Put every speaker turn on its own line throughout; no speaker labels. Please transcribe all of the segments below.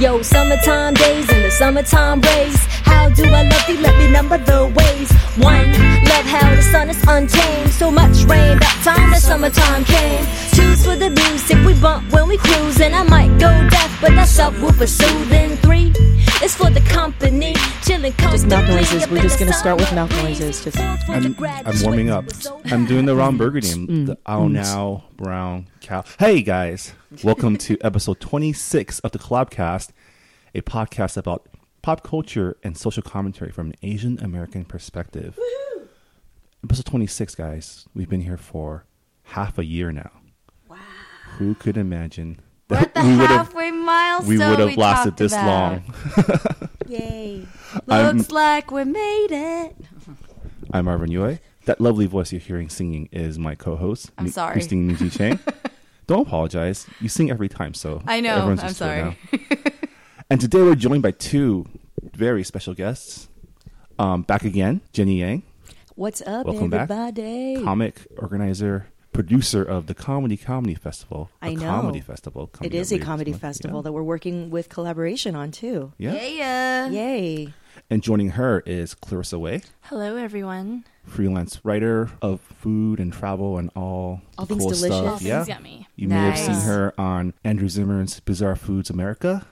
Yo, summertime days and the summertime rays. How do I love thee? Let me number the ways. One, love how the sun is untamed. So much rain, that time the summertime came. Choose for the music we bump when we cruise. And I might go deaf, but that subwoofer soothing. Three, it's for the company. Chilling comfortably.
Just mouth noises. We're just gonna start with mouth noises. Just
I'm, I'm warming up. I'm doing the Ron Burgundy. I'm the Oh Now Brown Cow. Hey guys, welcome to episode 26 of the Collabcast, a podcast about pop culture and social commentary from an Asian American perspective. Episode 26, guys. We've been here for half a year now. Wow. Who could imagine
We're at the
would've-
halfway milestone.
we would have lasted
talked
this
about.
long?
Yay. Looks
I'm-
like we made it.
I'm Marvin Yue. That lovely voice you're hearing singing is my co-host.
I'm
Mi-
sorry.
Miss Ding Minji Chang. Don't apologize. You sing every time, so
I know.
everyone's
I'm
used to it
sorry.
now. and today we're joined by two very special guests. Um, back again, Jenny Yang,
what's up,
Welcome back.
everybody?
comic organizer, producer of the Comedy Comedy Festival.
I
a
know.
comedy festival.
it
coming
is
up
a
later
comedy
this month.
festival
Yeah.
that we're working with collaboration on too.
Yeah.
Yeah.
Yay!
And joining her is Clarissa Way,
Hello, everyone.
freelance writer of food and travel and all,
All
the
things
cool
delicious.
Stuff.
All things
yeah.
yummy.
You may have seen
Nice.
her on Andrew Zimmern's Bizarre Foods America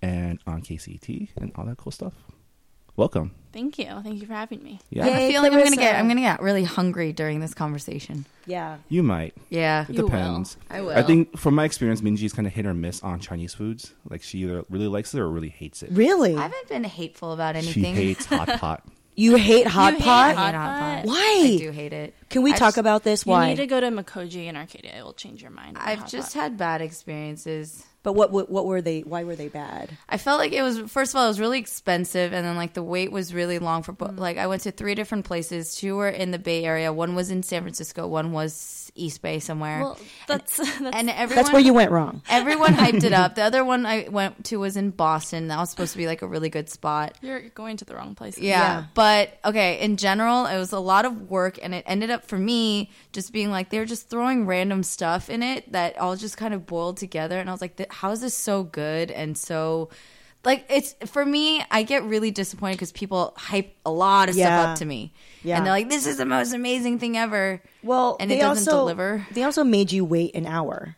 and on KCT and all that cool stuff. Welcome.
Thank you. Thank you for having me.
Yeah.
Yay.
I
Hey,
feel like I'm gonna
Clarissa.
get I'm gonna get really hungry during this conversation.
Yeah,
You might.
Yeah.
It
You will.
depends.
I will.
I think from my experience, Minji is kind of hit or miss on Chinese foods. Like she either really likes it or really hates it.
really?
I haven't been hateful about
She
anything.
hates hot pot.
you hate hot
You hate
pot?
I hate hot
Hot
pot.
pot.
Why?
I do hate it.
Can we
I
talk
just-
about this?
You
Why?
need to go to Makoji in Arcadia. It will change your mind. about
I've
hot
just
pot.
had bad experiences.
but what, what what were they? Why were they bad?
I felt like it was first of all it was really expensive, and then like the wait was really long for. bo- Like I went to three different places. Two were in the Bay Area. One was in San Francisco. One was East Bay somewhere.
Well, that's, that's
and everyone
That's where you went wrong.
everyone hyped it up. The other one I went to was in Boston. That was supposed to be like a really good spot.
you're going to the wrong place.
Yeah. But okay, in general, it was a lot of work and it ended up for me just being like they were just throwing random stuff in it that all just kind of boiled together and I was like "Th- how is this so good and so like it's for me, I get really disappointed because people hype a lot of
Yeah.
stuff up to me,
Yeah.
and they're like, "This is the most amazing thing ever."
Well,
and
they
it doesn't
also,
deliver.
They also made you wait an hour.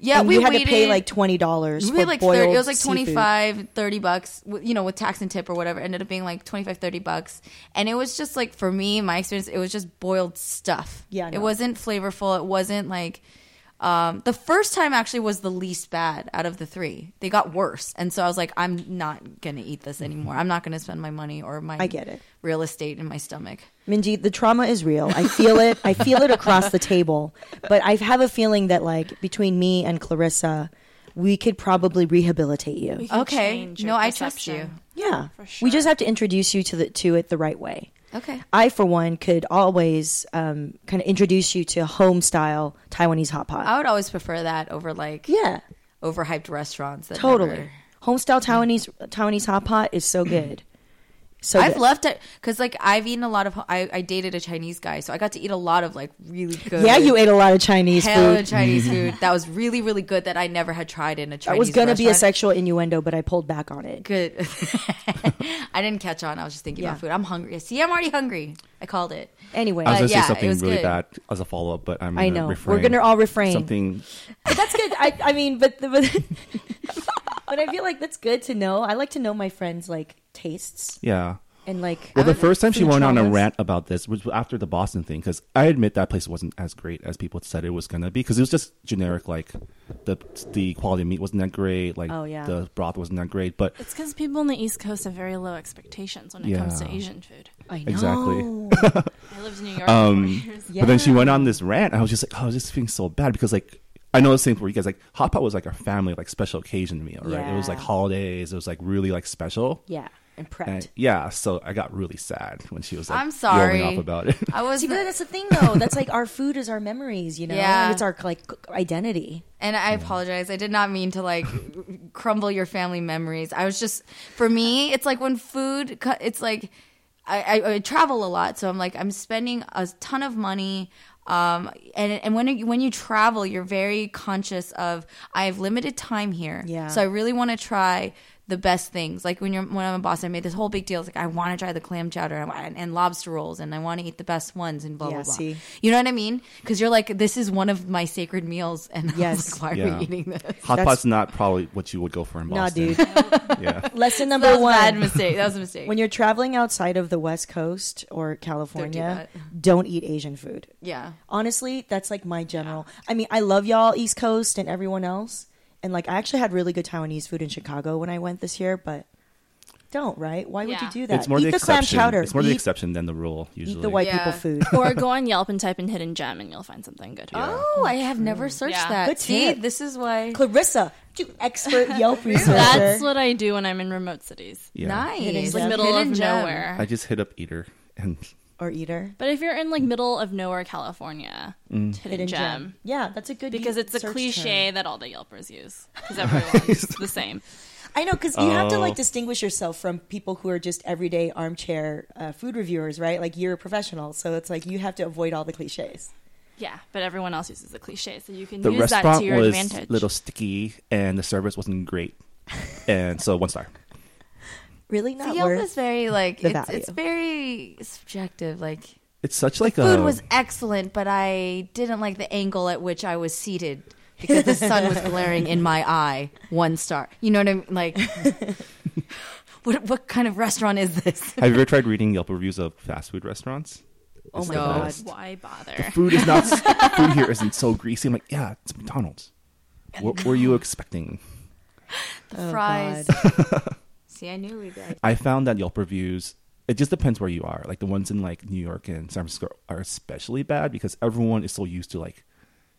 Yeah,
and
we
you had to pay
waited-
like twenty dollars.
we
for
had like
boiled
30, it was like
seafood.
25 30 bucks w- you know with tax and tip or whatever ended up being like 25 30 bucks and it was just like for me my experience it was just boiled stuff
Yeah, no.
it wasn't flavorful it wasn't like um, the first time actually was the least bad out of the three they got worse and so i was like i'm not gonna eat this anymore i'm not gonna spend my money or my
Mm-hmm. I get it.
real estate in my stomach
Minji, the trauma is real. I feel it. I feel it across the table. But I have a feeling that, like, between me and Clarissa, we could probably rehabilitate you.
You can
Okay.
change your
No, I trust
perception.
Yeah,
For
we
sure.
just have to introduce you to the to it the right way.
okay
I, for one, could always um, kind of introduce you to home style Taiwanese hot pot.
i would always prefer that over like
yeah,
overhyped restaurants that
totally.
never-
Home style Taiwanese Taiwanese hot pot is so good. So
I've
good.
left it because like I've eaten a lot of. I, I dated a Chinese guy, so I got to eat a lot of like really good.
Yeah, you ate a lot of Chinese
hella
food.
Chinese food that was really really good that I never had tried in a Chinese.
That was going to be a
restaurant.
sexual innuendo, but I pulled back on it.
Good. I didn't catch on. I was just thinking
Yeah.
about food. I'm hungry. See, I'm already hungry. I called it.
Anyway,
I was going to
yeah,
say
it
something
was
really
good.
bad as a follow up, but I'm
I
gonna
know. We're
refrain.
gonna all refrain.
Something
that's good. I, I mean, but the, but, but I feel like that's good to know. I like to know my friends' like tastes
yeah.
and like.
Well, the first time she
food
went on a
traumas.
rant about this was after the Boston thing because I admit that place wasn't as great as people said it was gonna be because it was just generic. Like the the quality of meat wasn't that great. Like
Oh, yeah.
the broth wasn't that great. But
It's because people on the East Coast have very low expectations when it comes to
Yeah.
Asian food.
I know.
Exactly.
I lived in New York um, for years.
Yeah.
but then she went on this rant. And I was just like, oh, I was just feeling so bad because like I know the same for you guys. Like hot pot was like our family like special occasion meal, right? It was
Yeah.
like holidays. It was like really like special.
Yeah, and prepped.
And yeah, so I got really sad when she was like
I'm sorry.
rolling off about it.
I was.
See, but that's the thing, though. That's like our food is our memories, you know.
Yeah.
Like, it's our like c- identity.
And I apologize. I did not mean to like crumble your family memories. I was just, for me, it's like when food, co- it's like I, I, I travel a lot. So I'm like, I'm spending a ton of money Um, and and when you, when you travel, you're very conscious of I have limited time here,
Yeah.
So I really want to try the best things. Like when you're when I'm in Boston, I made this whole big deal. It's like I want to try the clam chowder and, and, and lobster rolls, and I want to eat the best ones and blah
Yeah,
blah blah.
see.
You know what I mean? Because you're like, this is one of my sacred meals, and I was
Yes.
like, why are
Yeah.
we eating this?
Hot
That's-
pot's not probably what you would go for in
Nah,
Boston.
dude.
yeah.
Lesson
That
number
was a
one.
bad mistake. That was a mistake.
When you're traveling outside of the West Coast or California, don't eat Asian food.
yeah.
Honestly, that's like my general. I mean, I love y'all East Coast and everyone else. And like I actually had really good Taiwanese food in Chicago when I went this year, but don't, right? Why would
Yeah.
you do that?
It's more
eat
the,
the, clam
exception.
chowder.
It's more the
eat,
exception than the rule usually.
eat the white
Yeah.
people food.
or go on Yelp and type in hidden gem and you'll find something good.
Oh, I have never searched
Yeah.
that.
Good
See,
tip.
this is why.
Clarissa, you expert Yelp researcher.
That's what I do when I'm in remote cities.
Yeah.
Nice.
It's
Hidden
the
gem.
middle
Hidden
of
gem.
nowhere.
I just hit up Eater and
or eater.
but if you're in like middle of nowhere California,
Mm.
it's hidden,
Hidden
gem.
gem. Yeah, that's a good
Because it's a
search
cliche
term.
that all the Yelpers use. Because everyone's the same.
I know because you have to
Oh.
like distinguish yourself from people who are just everyday armchair uh, food reviewers, right? Like you're a professional, so it's like you have to avoid all the cliches.
Yeah, but everyone else uses the cliche, so you can
the
use that
restaurant
to your
was
advantage.
little sticky and the service wasn't great. and so one star.
Really not
Yelp
worth.
is very like
the
it's, it's
value.
very subjective. Like
It's such like um,
food
a
was excellent, but I didn't like the angle at which I was seated because the sun was glaring in my eye. One star. You know what I mean? Like, what what kind of restaurant is this?
Have you ever tried reading Yelp reviews of fast food restaurants?
oh my
No.
god!
Why bother?
Food is not food here isn't so greasy. I'm like, yeah, it's McDonald's. What were you expecting?
Oh,
Fries.
God.
See, I knew we'd be like,
I found that Yelp reviews, it just depends where you are. Like the ones in like New York and San Francisco are especially bad because everyone is so used to like,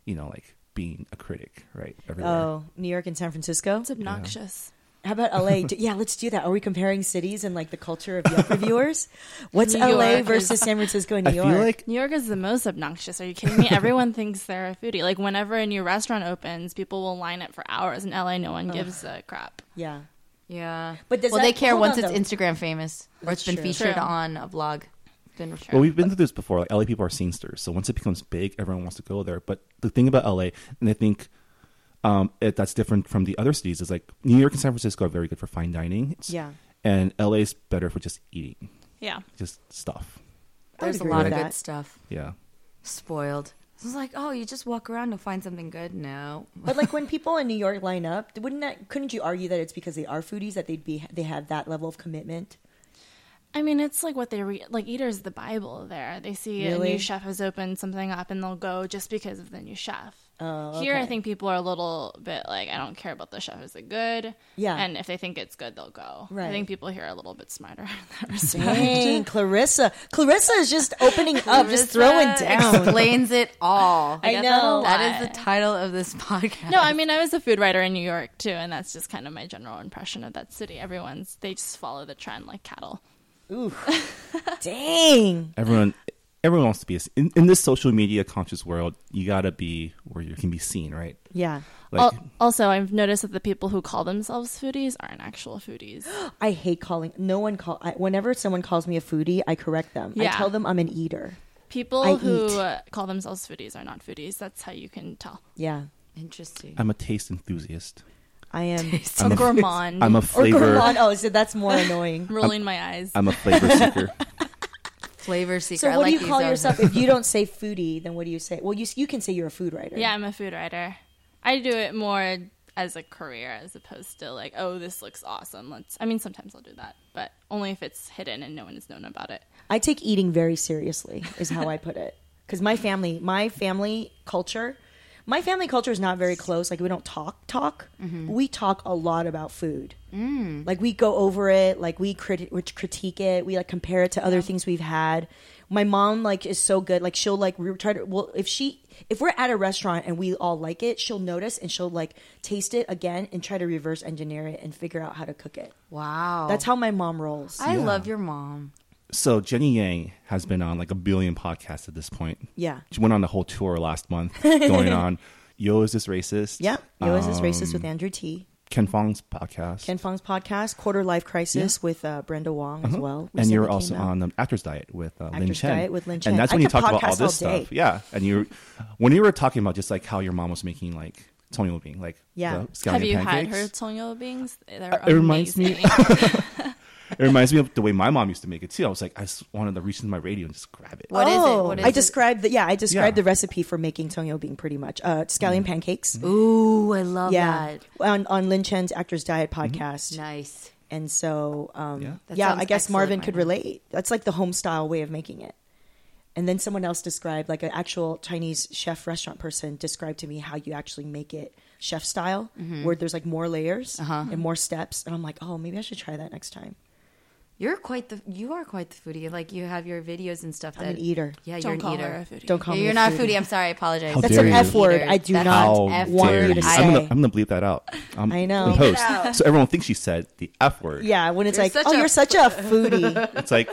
you know, like being a critic, right? Everywhere.
Oh, New York and San Francisco.
It's obnoxious.
How about LA? Do- yeah, let's do that. Are we comparing cities and like the culture of Yelp reviewers? What's
New
LA
York
versus San Francisco and New
I feel
York?
like
New York is the most obnoxious. Are you kidding me? Everyone thinks they're a foodie. Like whenever a new restaurant opens, people will line up for hours. In LA, no one gives a crap.
yeah.
yeah.
But does
well,
that-
they care
hold
once
on,
it's
though.
Instagram famous or it's been
True.
featured
True.
on a blog. It's been
Well, we've been through this before. Like LA people are scenesters, so once it becomes big, everyone wants to go there. But the thing about LA, and I think um, it, that's different from the other cities, is like New York and San Francisco are very good for fine dining. It's-
Yeah.
and LA is better for just eating,
Yeah.
just stuff.
I would
There's a
agree
lot of
with
good
that.
stuff.
Yeah,
spoiled. It was like, oh, you just walk around and find something good. No,
But like when people in New York line up, wouldn't that? Couldn't you argue that it's because they are foodies that they'd be they have that level of commitment?
I mean, it's like what they read. Like Eater's the Bible. There, they see a
Really?
new chef has opened something up, and they'll go just because of the new chef.
Oh,
Here, I
okay.
think people are a little bit like, I don't care about the chef. Is it good?
Yeah.
And if they think it's good, they'll go. I
Right.
think people here are a little bit smarter in that respect.
Dang, Clarissa. Clarissa is just opening up, just throwing down.
Explains it all.
I
get
know.
that
That is the title of this podcast.
No, I mean, I was a food writer in New York too, and that's just kind of my general impression of that city. Everyone's they just follow the trend like cattle.
Ooh. Dang.
everyone, everyone wants to be a, in, in this social media conscious world. You gotta be where you can be seen, right?
Yeah.
Like,
Oh.
Al- also, I've noticed that the people who call themselves foodies aren't actual foodies.
I hate calling. No one call. I, whenever someone calls me a foodie, I correct them. I
Yeah.
tell them I'm an eater.
People
I
who
eat.
uh, call themselves foodies are not foodies. That's how you can tell.
Yeah.
interesting.
I'm a taste enthusiast.
I am.
A gourmand.
I'm a
Or
flavor.
gourmand. Oh, so that's more annoying.
rolling my eyes.
I'm a flavor seeker.
Flavor seeker.
So
I
what
like
do
these
you call
though.
yourself? If you don't say foodie, then what do you say? Well, you s- you can say you're a food writer.
yeah, I'm a food writer. I do it more as a career as opposed to like, oh, this looks awesome. Let's. I mean, sometimes I'll do that, but only if it's hidden and no one has known about it.
I take eating very seriously, is how I put it. Because my family, my family culture, my family culture is not very close. Like we don't talk talk. We talk a lot about food. Mm. Like we go over it. Like we crit- we critique it. We like compare it to other things we've had. My mom like is so good. Like she'll like we try to. Well, if she if we're at a restaurant and we all like it, she'll notice and she'll like taste it again and try to reverse engineer it and figure out how to cook it.
Wow.
That's how my mom rolls.
I love your mom.
so Jenny Yang has been on like a billion podcasts at this point.
Yeah.
She went on the whole tour last month going on Yo, is this racist?
Yeah, Yo is this
Um,
racist with Andrew T.
Ken Fong's podcast.
Ken Fong's podcast, Quarter Life Crisis, with uh, Brenda Wong as well.
Uh-huh. and
recently
you're
came
also
out.
on the Actors Diet with uh, Lin
Actors
Chen.
Diet with Lin Chen.
And that's
I
when you
could
talk about all
podcast
this
all day.
stuff. Yeah. And you when you were talking about just like how your mom was making like Tonyo bean, like
Yeah.
the scallion
Have you had
pancakes. Uh,
her tonyo beans? They're
it reminds me-
amazing.
It reminds me of the way my mom used to make it too. I was like, I just wanted to reach into my radio and just grab it.
What is it?
oh,
What is
I
it?
described the yeah, I described
Yeah.
the recipe for making tonyo bean pretty much. Uh, scallion pancakes.
Ooh, I love
yeah,
that.
on on Lin Chen's Actors Diet
Mm-hmm.
podcast.
Nice.
And so, um, yeah,
Yeah.
That
I
sounds
guess
excellent,
Marvin could
Marvin.
relate. That's like the home style way of making it. And then someone else described, like an actual Chinese chef restaurant person described to me how you actually make it chef style,
Mm-hmm.
where there's like more layers
Uh-huh.
and more steps. And I'm like, oh, maybe I should try that next time.
You're quite the you are quite the foodie. Like you have your videos and stuff.
I'm
that,
an eater.
Yeah,
Don't
you're
call
an eater.
her a foodie.
Don't call
Yeah,
me.
you're not a foodie. I'm sorry. I apologize.
How
That's
dare
an
you.
F word.
Eater.
I do
That's
not
an F
want
word.
you to
I-
say.
I'm gonna, I'm gonna bleep that out. I'm,
I know.
In
Bleep it
post,
out.
so everyone thinks she said the F word.
yeah, when it's
You're
like,
such
oh,
a-
you're such a foodie.
It's like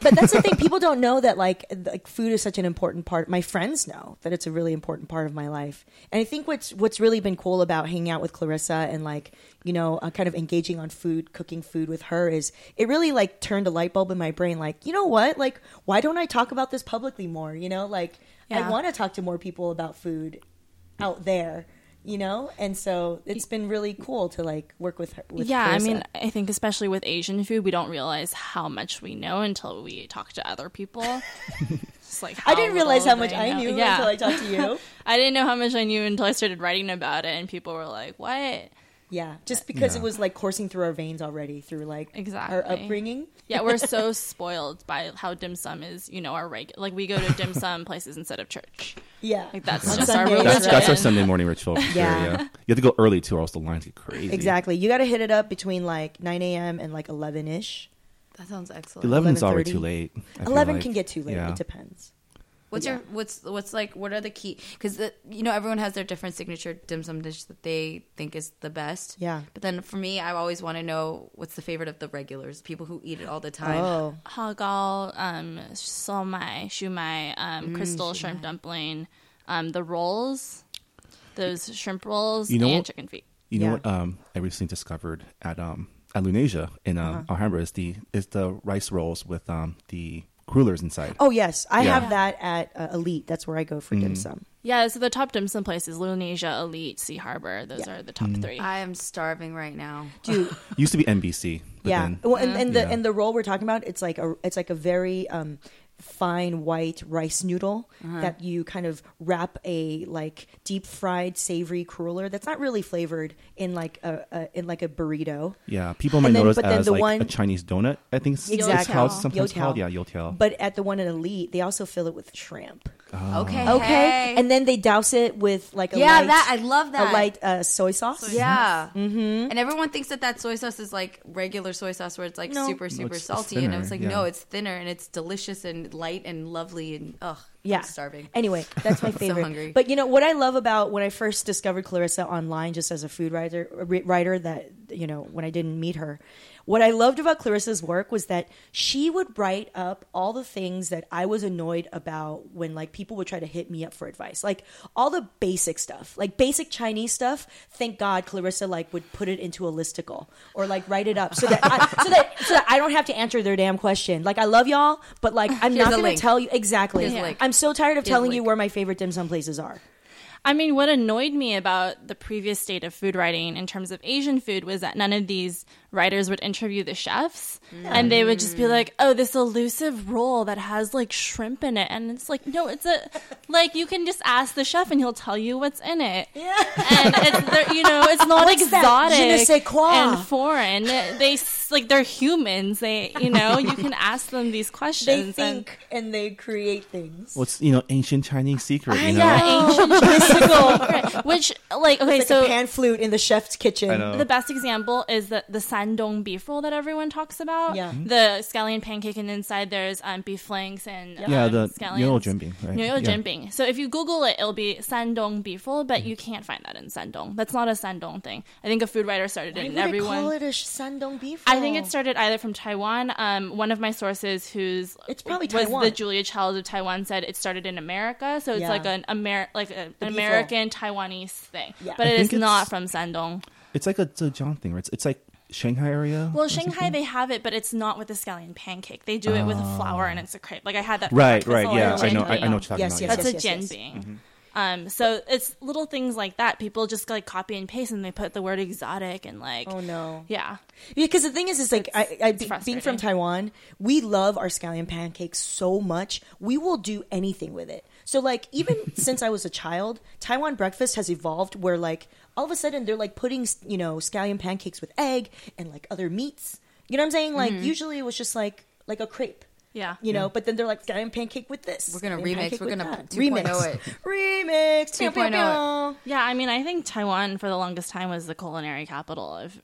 but that's the thing people don't know that like th- like food is such an important part my friends know that it's a really important part of my life and i think what's what's really been cool about hanging out with clarissa and like you know uh, kind of engaging on food cooking food with her is it really like turned a light bulb in my brain like you know what like why don't i talk about this publicly more you know like i
Yeah.
want to talk to more people about food out there you know and so it's been really cool to like work with her with
yeah, I
Clarissa.
mean, I think especially with Asian food, we don't realize how much we know until we talk to other people. It's like
i didn't
how
realize
little
how much
they
i
know.
knew
Yeah.
until i talked to you
I didn't know how much I knew until I started writing about it, and people were like, "What?"
Yeah,
Uh,
just because it
Yeah.
was like coursing through our veins already through like
Exactly.
our upbringing.
Yeah, we're so spoiled by how dim sum is. You know, our regular like we go to dim sum places instead of church.
Yeah,
Like that's
On
just our
Sundays,
religion.
that's, that's our
right?
Sunday morning ritual. For sure,
Yeah.
yeah. you have to go early too, or else the lines get crazy.
exactly. You got to hit it up between like 9 a.m. and like 11 ish.
That sounds excellent.
Eleven's already
11:30.
too late. I feel
11
like.
can get too late.
Yeah.
It depends.
What's your what's what's like? What are the key? Because you know everyone has their different signature dim sum dish that they think is the best.
Yeah.
But then for me, I always want to know what's the favorite of the regulars, people who eat it all the time.
Oh,
Hagal, um, somai, shumai, um,
Mm,
crystal shrimp dumpling, um, the rolls, those shrimp rolls,
You know
and
what-
chicken feet.
You know
Yeah.
what? Um, I recently discovered at um at Lunasia in um,
Uh-huh.
Alhambra is the is the rice rolls with um the crullers inside.
oh yes,
Yeah.
I
Mm-hmm.
have that at uh, Elite. That's where I go for dim sum.
Yeah, so the top dim sum places: Lunasia, Elite, Sea Harbor. Those are the
Mm.
top three.
I am starving right now.
Dude,
Used to be NBC. But
yeah.
Then,
Well, and, and the
Yeah.
and the roll we're talking about, it's like a it's like a very um, fine white rice noodle
Uh-huh.
that you kind of wrap a like deep fried savory cruller that's not really flavored in like a, a in like a burrito.
yeah, people might
And then-
notice
but then
as
the
like a
one-
Chinese donut. I think it's- it's
Exactly.
called
Youtiao.
sometimes called yeah
Youtiao.
yotiao.
But at the one in Elite, they also fill it with shrimp.
Ah.
Okay.
Okay, and then they douse it with like a
Yeah,
light,
that- I love that.
a light uh, soy sauce.
yeah. Mm-hmm. And everyone thinks that that soy sauce is like regular soy sauce, where it's like
No.
super super
it's
salty. and I was like,
thinner, yeah.
no, it's thinner and it's delicious and light and lovely and ugh.
yeah.
I'm starving.
Anyway, that's my favorite.
hungry.
But you know what I love about when I first discovered Clarissa online, just as a food writer, ri- writer that you know when I didn't meet her, what I loved about Clarissa's work was that she would write up all the things that I was annoyed about when like people would try to hit me up for advice, like all the basic stuff, like basic Chinese stuff. Thank God Clarissa like would put it into a listicle or like write it up so that I, so that so that I don't have to answer their damn question. Like I love y'all, but like I'm
Here's
not
a
going to
link.
tell Oh, you exactly.
Here's a link.
I'm so tired of
Here's
telling
a
you
link.
where my favorite dim sum places are.
I mean, what annoyed me about the previous state of food writing in terms of Asian food was that none of these writers would interview the chefs
Mm.
and they would just be like, oh, this elusive roll that has like shrimp in it. And it's like, no, it's a, like, you can just ask the chef and he'll tell you what's in it. Yeah. And it's, they're- you know, it's not
What's that?
exotic
Je ne sais quoi.
and foreign. They, s- like, they're humans. They, you know, you can ask them these
They
questions. and-
think and they create things.
What's you know ancient Chinese secret? You know.
Right. Which, like, okay,
Like
so.
a pan flute in the chef's kitchen.
I know.
The best example is the the Sandong beef roll that everyone talks about.
Yeah. Mhm.
The scallion pancake, and inside there's um, beef flanks and
Yeah,
um,
the
scallions.
Yeo Jinbing, right?
Yeo
Yeah.
Jinbing. So if you Google it, it'll be Sandong beef roll, but you can't find that in Sandong. That's not a Sandong thing. I think a food writer started it,
Why
and
would they
everyone.
call it a sh- Sandong beef?
I think
roll?
it started either from Taiwan. Um, one of my sources, who's
It's probably
was
Taiwan.
the Julia Child of Taiwan, said it started in America. So it's
Yeah.
like an Amer- like a, an
beef roll.
American Taiwanese thing,
Yeah.
but
I
it is
think
not
it's-
from Sandong.
It's like a, it's a John thing, right? It's, it's like Shanghai area.
Well, Shanghai they have it, but it's not with the scallion pancake. They do it with a flour and it's a crepe. Like I had that. for
Ah. right,
breakfast
right.
all
Yeah,
over
I know. I, I know what Mm-hmm.
Shanghai.
you're talking
Yes,
about.
yes,
yeah.
That's
yes.
a gin bean. Um, so it's little things like that. People just like copy and paste, and they put the word exotic and like.
Oh, no.
Yeah.
Because the thing is, is like I, I be- being
frustrating.
from Taiwan, we love our scallion pancakes so much. We will do anything with it. So like even since I was a child, Taiwan breakfast has evolved where like all of a sudden they're like putting you know scallion pancakes with egg and like other meats. You know what I'm saying?
Mm-hmm.
Like usually it was just like like a crepe.
Yeah.
You know, but then they're like scallion pancake with this.
We're gonna
scallion
remix.
pancake
We're
with
gonna 2.0
that.
it.
remix.
2.0
Remix. 2.0.
Yeah, I mean, I think Taiwan for the longest time was the culinary capital of.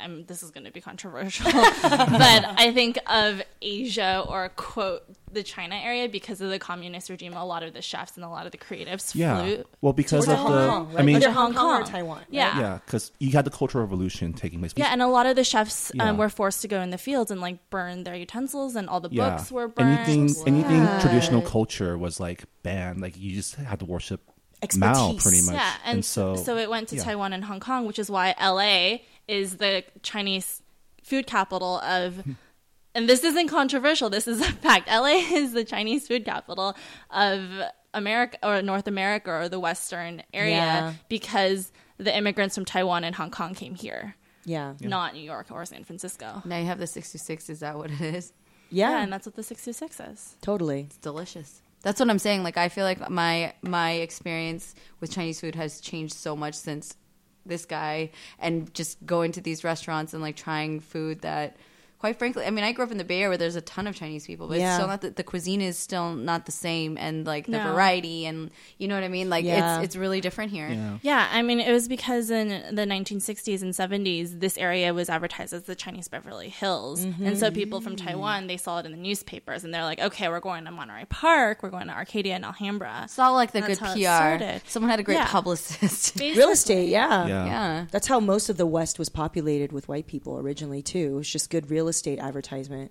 I'm, this is going to be controversial, but I think of Asia or quote the China area because of the communist regime. A lot of the chefs and a lot of the creatives
Yeah.
flew.
Well, because
Or
of
the
the,
Hong Kong,
I
right?
mean,
Either
yeah,
Hong Kong or Taiwan, right?
Yeah,
because you had the Cultural Revolution taking place.
Yeah, and a lot of the chefs
Yeah.
um, were forced to go in the fields and like burn their utensils, and all the
yeah.
books were burned.
anything, anything traditional culture was like banned. Like you just had to worship Mao,
Expertise.
pretty much.
Yeah, and, so so it went to
yeah.
Taiwan and Hong Kong, which is why LA is the Chinese food capital of. And this isn't controversial. This is a fact. LA is the Chinese food capital of America or North America or the Western area
Yeah.
because the immigrants from Taiwan and Hong Kong came here,
Yeah. Yeah.
not New York or San Francisco.
Now you have the 66. Is that what it is?
Yeah, and that's what the 626 is.
totally.
It's delicious. That's what I'm saying. Like I feel like my my experience with Chinese food has changed so much since this guy and just going to these restaurants and like trying food that quite frankly I mean I grew up in the Bay Area where there's a ton of Chinese people, but it's
Yeah.
still not the, the cuisine is still not the same and like the
No.
variety and you know what I mean? Like
Yeah.
it's it's really different here.
Yeah.
Yeah, I mean, it was because in the 1960s and 70s, this area was advertised as the Chinese Beverly Hills. And so people from Taiwan, they saw it in the newspapers and they're like, okay, we're going to Monterey Park, we're going to Arcadia and Alhambra.
It's all like the
That's
good
how it started.
PR. Someone had a great
Yeah.
publicist.
Real estate, yeah.
Yeah.
yeah.
That's how most of the West was populated with white people originally too. It was just good real estate advertisement.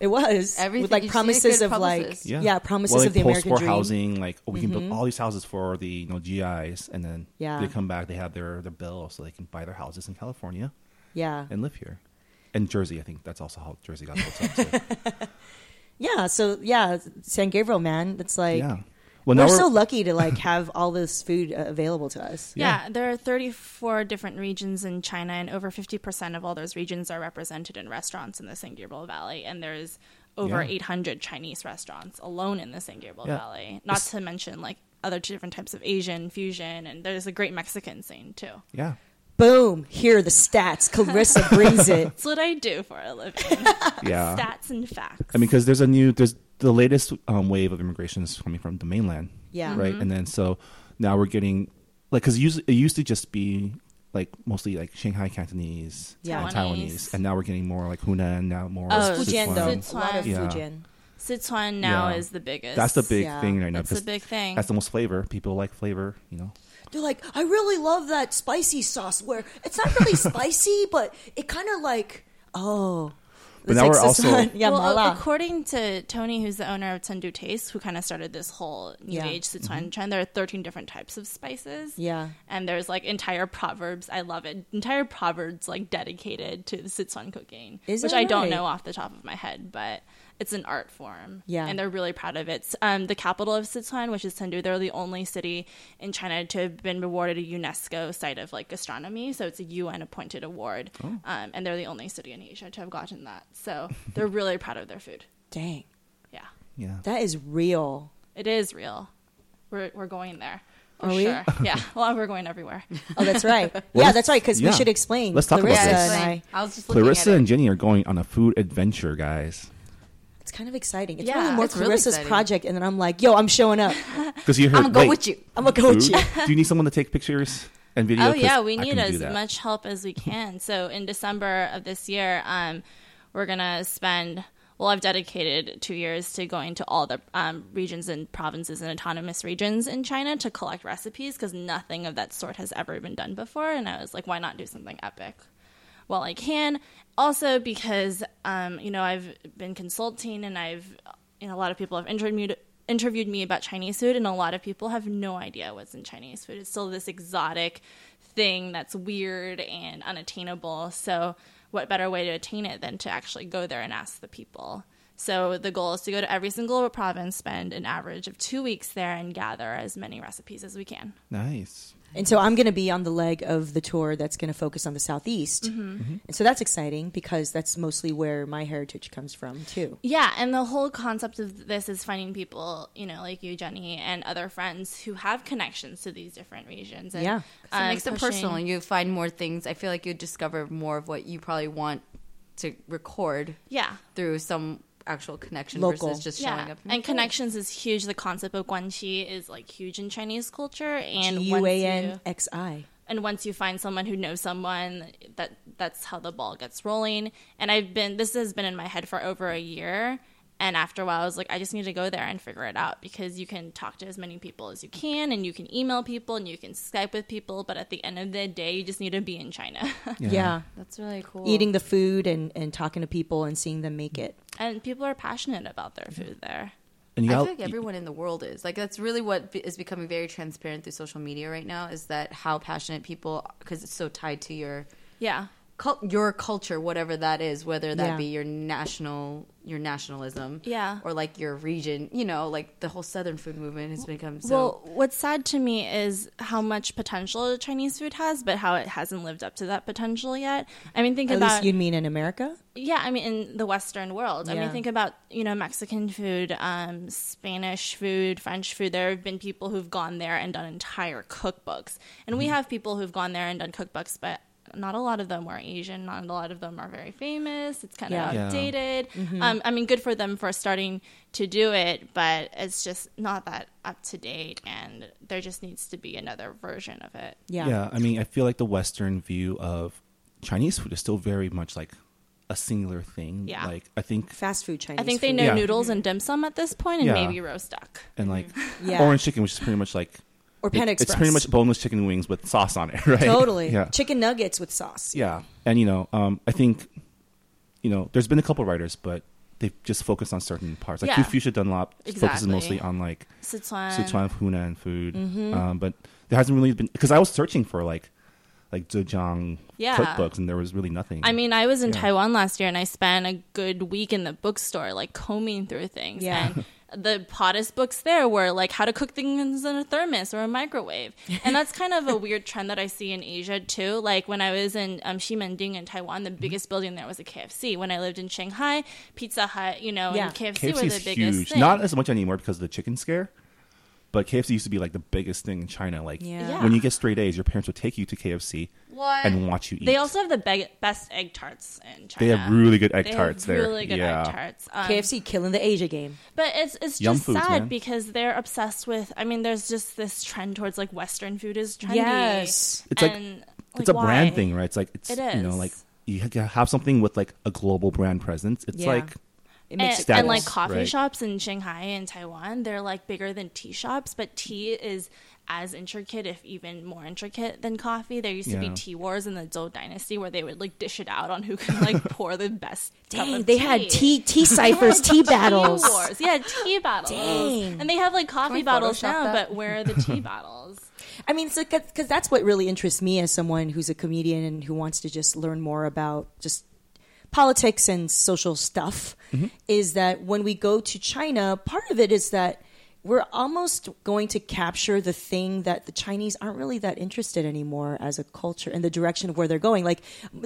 it was
Everything-
with
you
like
see a
promises
good
of like
publicist.
yeah,
Yeah.
promises
Well, like
of the American
post-war
dream. Mm-hmm.
housing, like oh, we can build all these houses for the you know GIs, and then
Yeah.
they come back, they have their their bill, so they can buy their houses in California
Yeah,
and live here, and Jersey. I think that's also how Jersey got built. up, so,
yeah. So yeah, San Gabriel, man. That's like
yeah. Well,
we're
now
so lucky to like have all this food uh, available to us.
Yeah. there are 34 different regions in China, and over 50% of all those regions are represented in restaurants in the San Gabriel Valley. And there's over
Yeah.
800 Chinese restaurants alone in the San Gabriel
Yeah.
Valley, not
It's-
to mention like other different types of Asian fusion, and there's a great Mexican scene too.
yeah.
Boom! Here are the stats. Clarissa brings it.
That's what I do for a living.
Yeah.
Stats and facts.
I mean, because there's a new, there's the latest um, wave of immigration is coming from the mainland.
Yeah.
Right. And then so now we're getting, like, because it used to just be like mostly like Shanghai Cantonese
Yeah.
and
Taiwanese.
Taiwanese. And now we're getting more like Hunan, now more
Oh,
Fujian
Sichuan.
though,
Sichuan.
a lot of
Yeah.
Fujian.
Sichuan now
Yeah.
is the biggest.
That's the big
Yeah.
thing right now.
That's the
'cause
big thing.
That's the most flavor. People like flavor, you know.
They're like, I really love that spicy sauce where it's not really spicy, but it kind of like, oh.
But
It's
now
like
we're also-
Szechuan. yeah,
well,
mala.
according to Tony, who's the owner of Tendu Taste, who kind of started this whole new
Yeah. Mm-hmm.
age Sichuan trend, there are 13 different types of spices.
Yeah.
And there's like entire proverbs. I love it. Entire proverbs like dedicated to the Sichuan cooking,
Is
which
that
I don't
right?
know off the top of my head, but it's an art form.
Yeah.
And they're really proud of it. Um, the capital of Sichuan, which is Chengdu, they're the only city in China to have been awarded a UNESCO site of like gastronomy. So it's a UN appointed award. Um, and they're the only city in Asia to have gotten that. So they're really proud of their food.
Dang,
Yeah.
Yeah.
that is real.
It is real. We're, we're going there. For
Are we?
sure. Yeah. Well, we're going everywhere.
Oh, that's right. yeah, that's right. Because
yeah.
we should explain.
Let's talk about
Clarissa
this.
and I.
I was just looking
Clarissa
at it.
and Jenny are going on a food adventure, guys.
It's kind of exciting. It's
Yeah,
really more
it's really
Clarissa's
exciting.
project, and then I'm like, yo, I'm showing up.
Because you heard,
I'm gonna go
wait,
with you.
I'm gonna go with
food?
you.
do you need someone to take pictures and video?
Oh
'Cause
yeah, we
I
need
can do
as
that.
much help as we can. so in December of this year, um, we're gonna spend. Well, I've dedicated two years to going to all the um, regions and provinces and autonomous regions in China to collect recipes because nothing of that sort has ever been done before. And I was like, why not do something epic? Well, I can. Also, because um, you know I've been consulting and I've you know a lot of people have interviewed interviewed me about Chinese food, and a lot of people have no idea what's in Chinese food. It's still this exotic thing that's weird and unattainable. So, what better way to attain it than to actually go there and ask the people? So, the goal is to go to every single province, spend an average of two weeks there, and gather as many recipes as we can.
Nice.
And so I'm going to be on the leg of the tour that's going to focus on the southeast,
Mm-hmm.
and so that's exciting because that's mostly where my heritage comes from too.
Yeah, and the whole concept of this is finding people, you know, like you, Jenny, and other friends who have connections to these different regions. And,
Yeah.
'Cause
um,
it makes it personal
pushing-
and you find more things. I feel like you discover more of what you probably want to record
Yeah.
through some actual connection
Local.
versus just showing up.
And connections is huge. The concept of guanxi is like huge in Chinese culture, and
G
once
U A N
you-
X I.
and once you find someone who knows someone, that that's how the ball gets rolling. And I've been this has been in my head for over a year. And after a while, I was like, I just need to go there and figure it out because you can talk to as many people as you can, and you can email people, and you can Skype with people. But at the end of the day, you just need to be in China.
Yeah.
That's really cool.
Eating the food and, and talking to people and seeing them make it.
and people are passionate about their food there.
And you
I
got-
feel like everyone in the world is like that's really what be- is becoming very transparent through social media right now is that how passionate people because it's so tied to your
Yeah.
cul- your culture whatever that is whether that
Yeah.
be your national your nationalism
Yeah.
or like your region you know like the whole southern food movement has become so
Well, what's sad to me is how much potential Chinese food has, but how it hasn't lived up to that potential yet. I mean, think
At
about
least you'd mean in America?
yeah. I mean, in the Western world, I mean,
Yeah.
think about you know Mexican food, um, Spanish food, French food. There have been people who've gone there and done entire cookbooks, and
Mm-hmm.
we have people who've gone there and done cookbooks, but. Not a lot of them are Asian. Not a lot of them are very famous. It's kind of
Yeah. Mm-hmm.
Yeah.
outdated. Um, I mean, good for them for starting to do it, but it's just not that up to date, and there just needs to be another version of it.
Yeah.
Yeah, I mean, I feel like the Western view of Chinese food is still very much like a singular thing.
Yeah.
Like I think,
Fast food Chinese.
I think they
food.
know
Yeah.
noodles and dim sum at this point, and
Yeah.
maybe roast duck.
and like
Mm-hmm.
Yeah.
orange chicken, which is pretty much like
Or Pan
it-
Express.
It's pretty much boneless chicken wings with sauce on it, right?
Totally.
Yeah.
Chicken nuggets with sauce.
yeah, and you know, um, I think, you know, there's been a couple writers, but they just focus on certain parts. Like
Yeah.
Fuchsia Dunlop focuses
Exactly.
mostly on like
Sichuan.
Sichuan Hunan food,
Mm-hmm.
um, but there hasn't really been because I was searching for like like Zhejiang
Yeah.
cookbooks, and there was really nothing.
I mean, I was in Taiwan last year and I spent a good week in the bookstore, like combing through things.
Yeah.
And the hottest books there were like how to cook things in a thermos or a microwave. And that's kind of a weird trend that I see in Asia too. Like when I was in um, Ximending in Taiwan,
Mm-hmm.
the biggest building there was a KFC. When I lived in Shanghai, Pizza Hut, you know,
Yeah.
and KFC,
KFC
were
is
the biggest
huge.
thing.
Not as much anymore because of the chicken scare. But KFC used to be like the biggest thing in China. Like
Yeah.
Yeah.
when you get straight A's, your parents would take you to KFC
What?
and watch you eat.
they also have the be- best egg tarts in China.
They have really good egg
They have
tarts there.
Really good
yeah.
egg tarts. Um,
KFC killing the Asia game.
But it's it's
Yum
just
foods,
sad
man.
because they're obsessed with. I mean, there's just this trend towards like Western food is trendy.
Yes.
It's like-
and,
It's a
why?
brand thing, right? It's like it's
It
you know
is.
like you ha- have something with like a global brand presence. It's
Yeah.
like
It
And,
makes it
and,
cool.
like
cool.
coffee
Right.
shops in Shanghai and Taiwan, they're like bigger than tea shops, but tea is as intricate, if even more intricate than coffee. There used to be
Yeah.
tea wars in the Zhou dynasty where they would like dish it out on who could like pour the best. cup
Dang,
of
they had tea tea ciphers, tea battles.
Tea wars. Yeah, tea battles.
Dang.
And they have like
we
coffee bottles
Photoshop
now,
that?
but where are the tea bottles?
I mean, because that's what really interests me as someone who's a comedian and who wants to just learn more about just politics and social stuff. Is that when we go to China, part of it is that we're almost going to capture the thing that the Chinese aren't really that interested anymore as a culture and the direction of where they're going. Like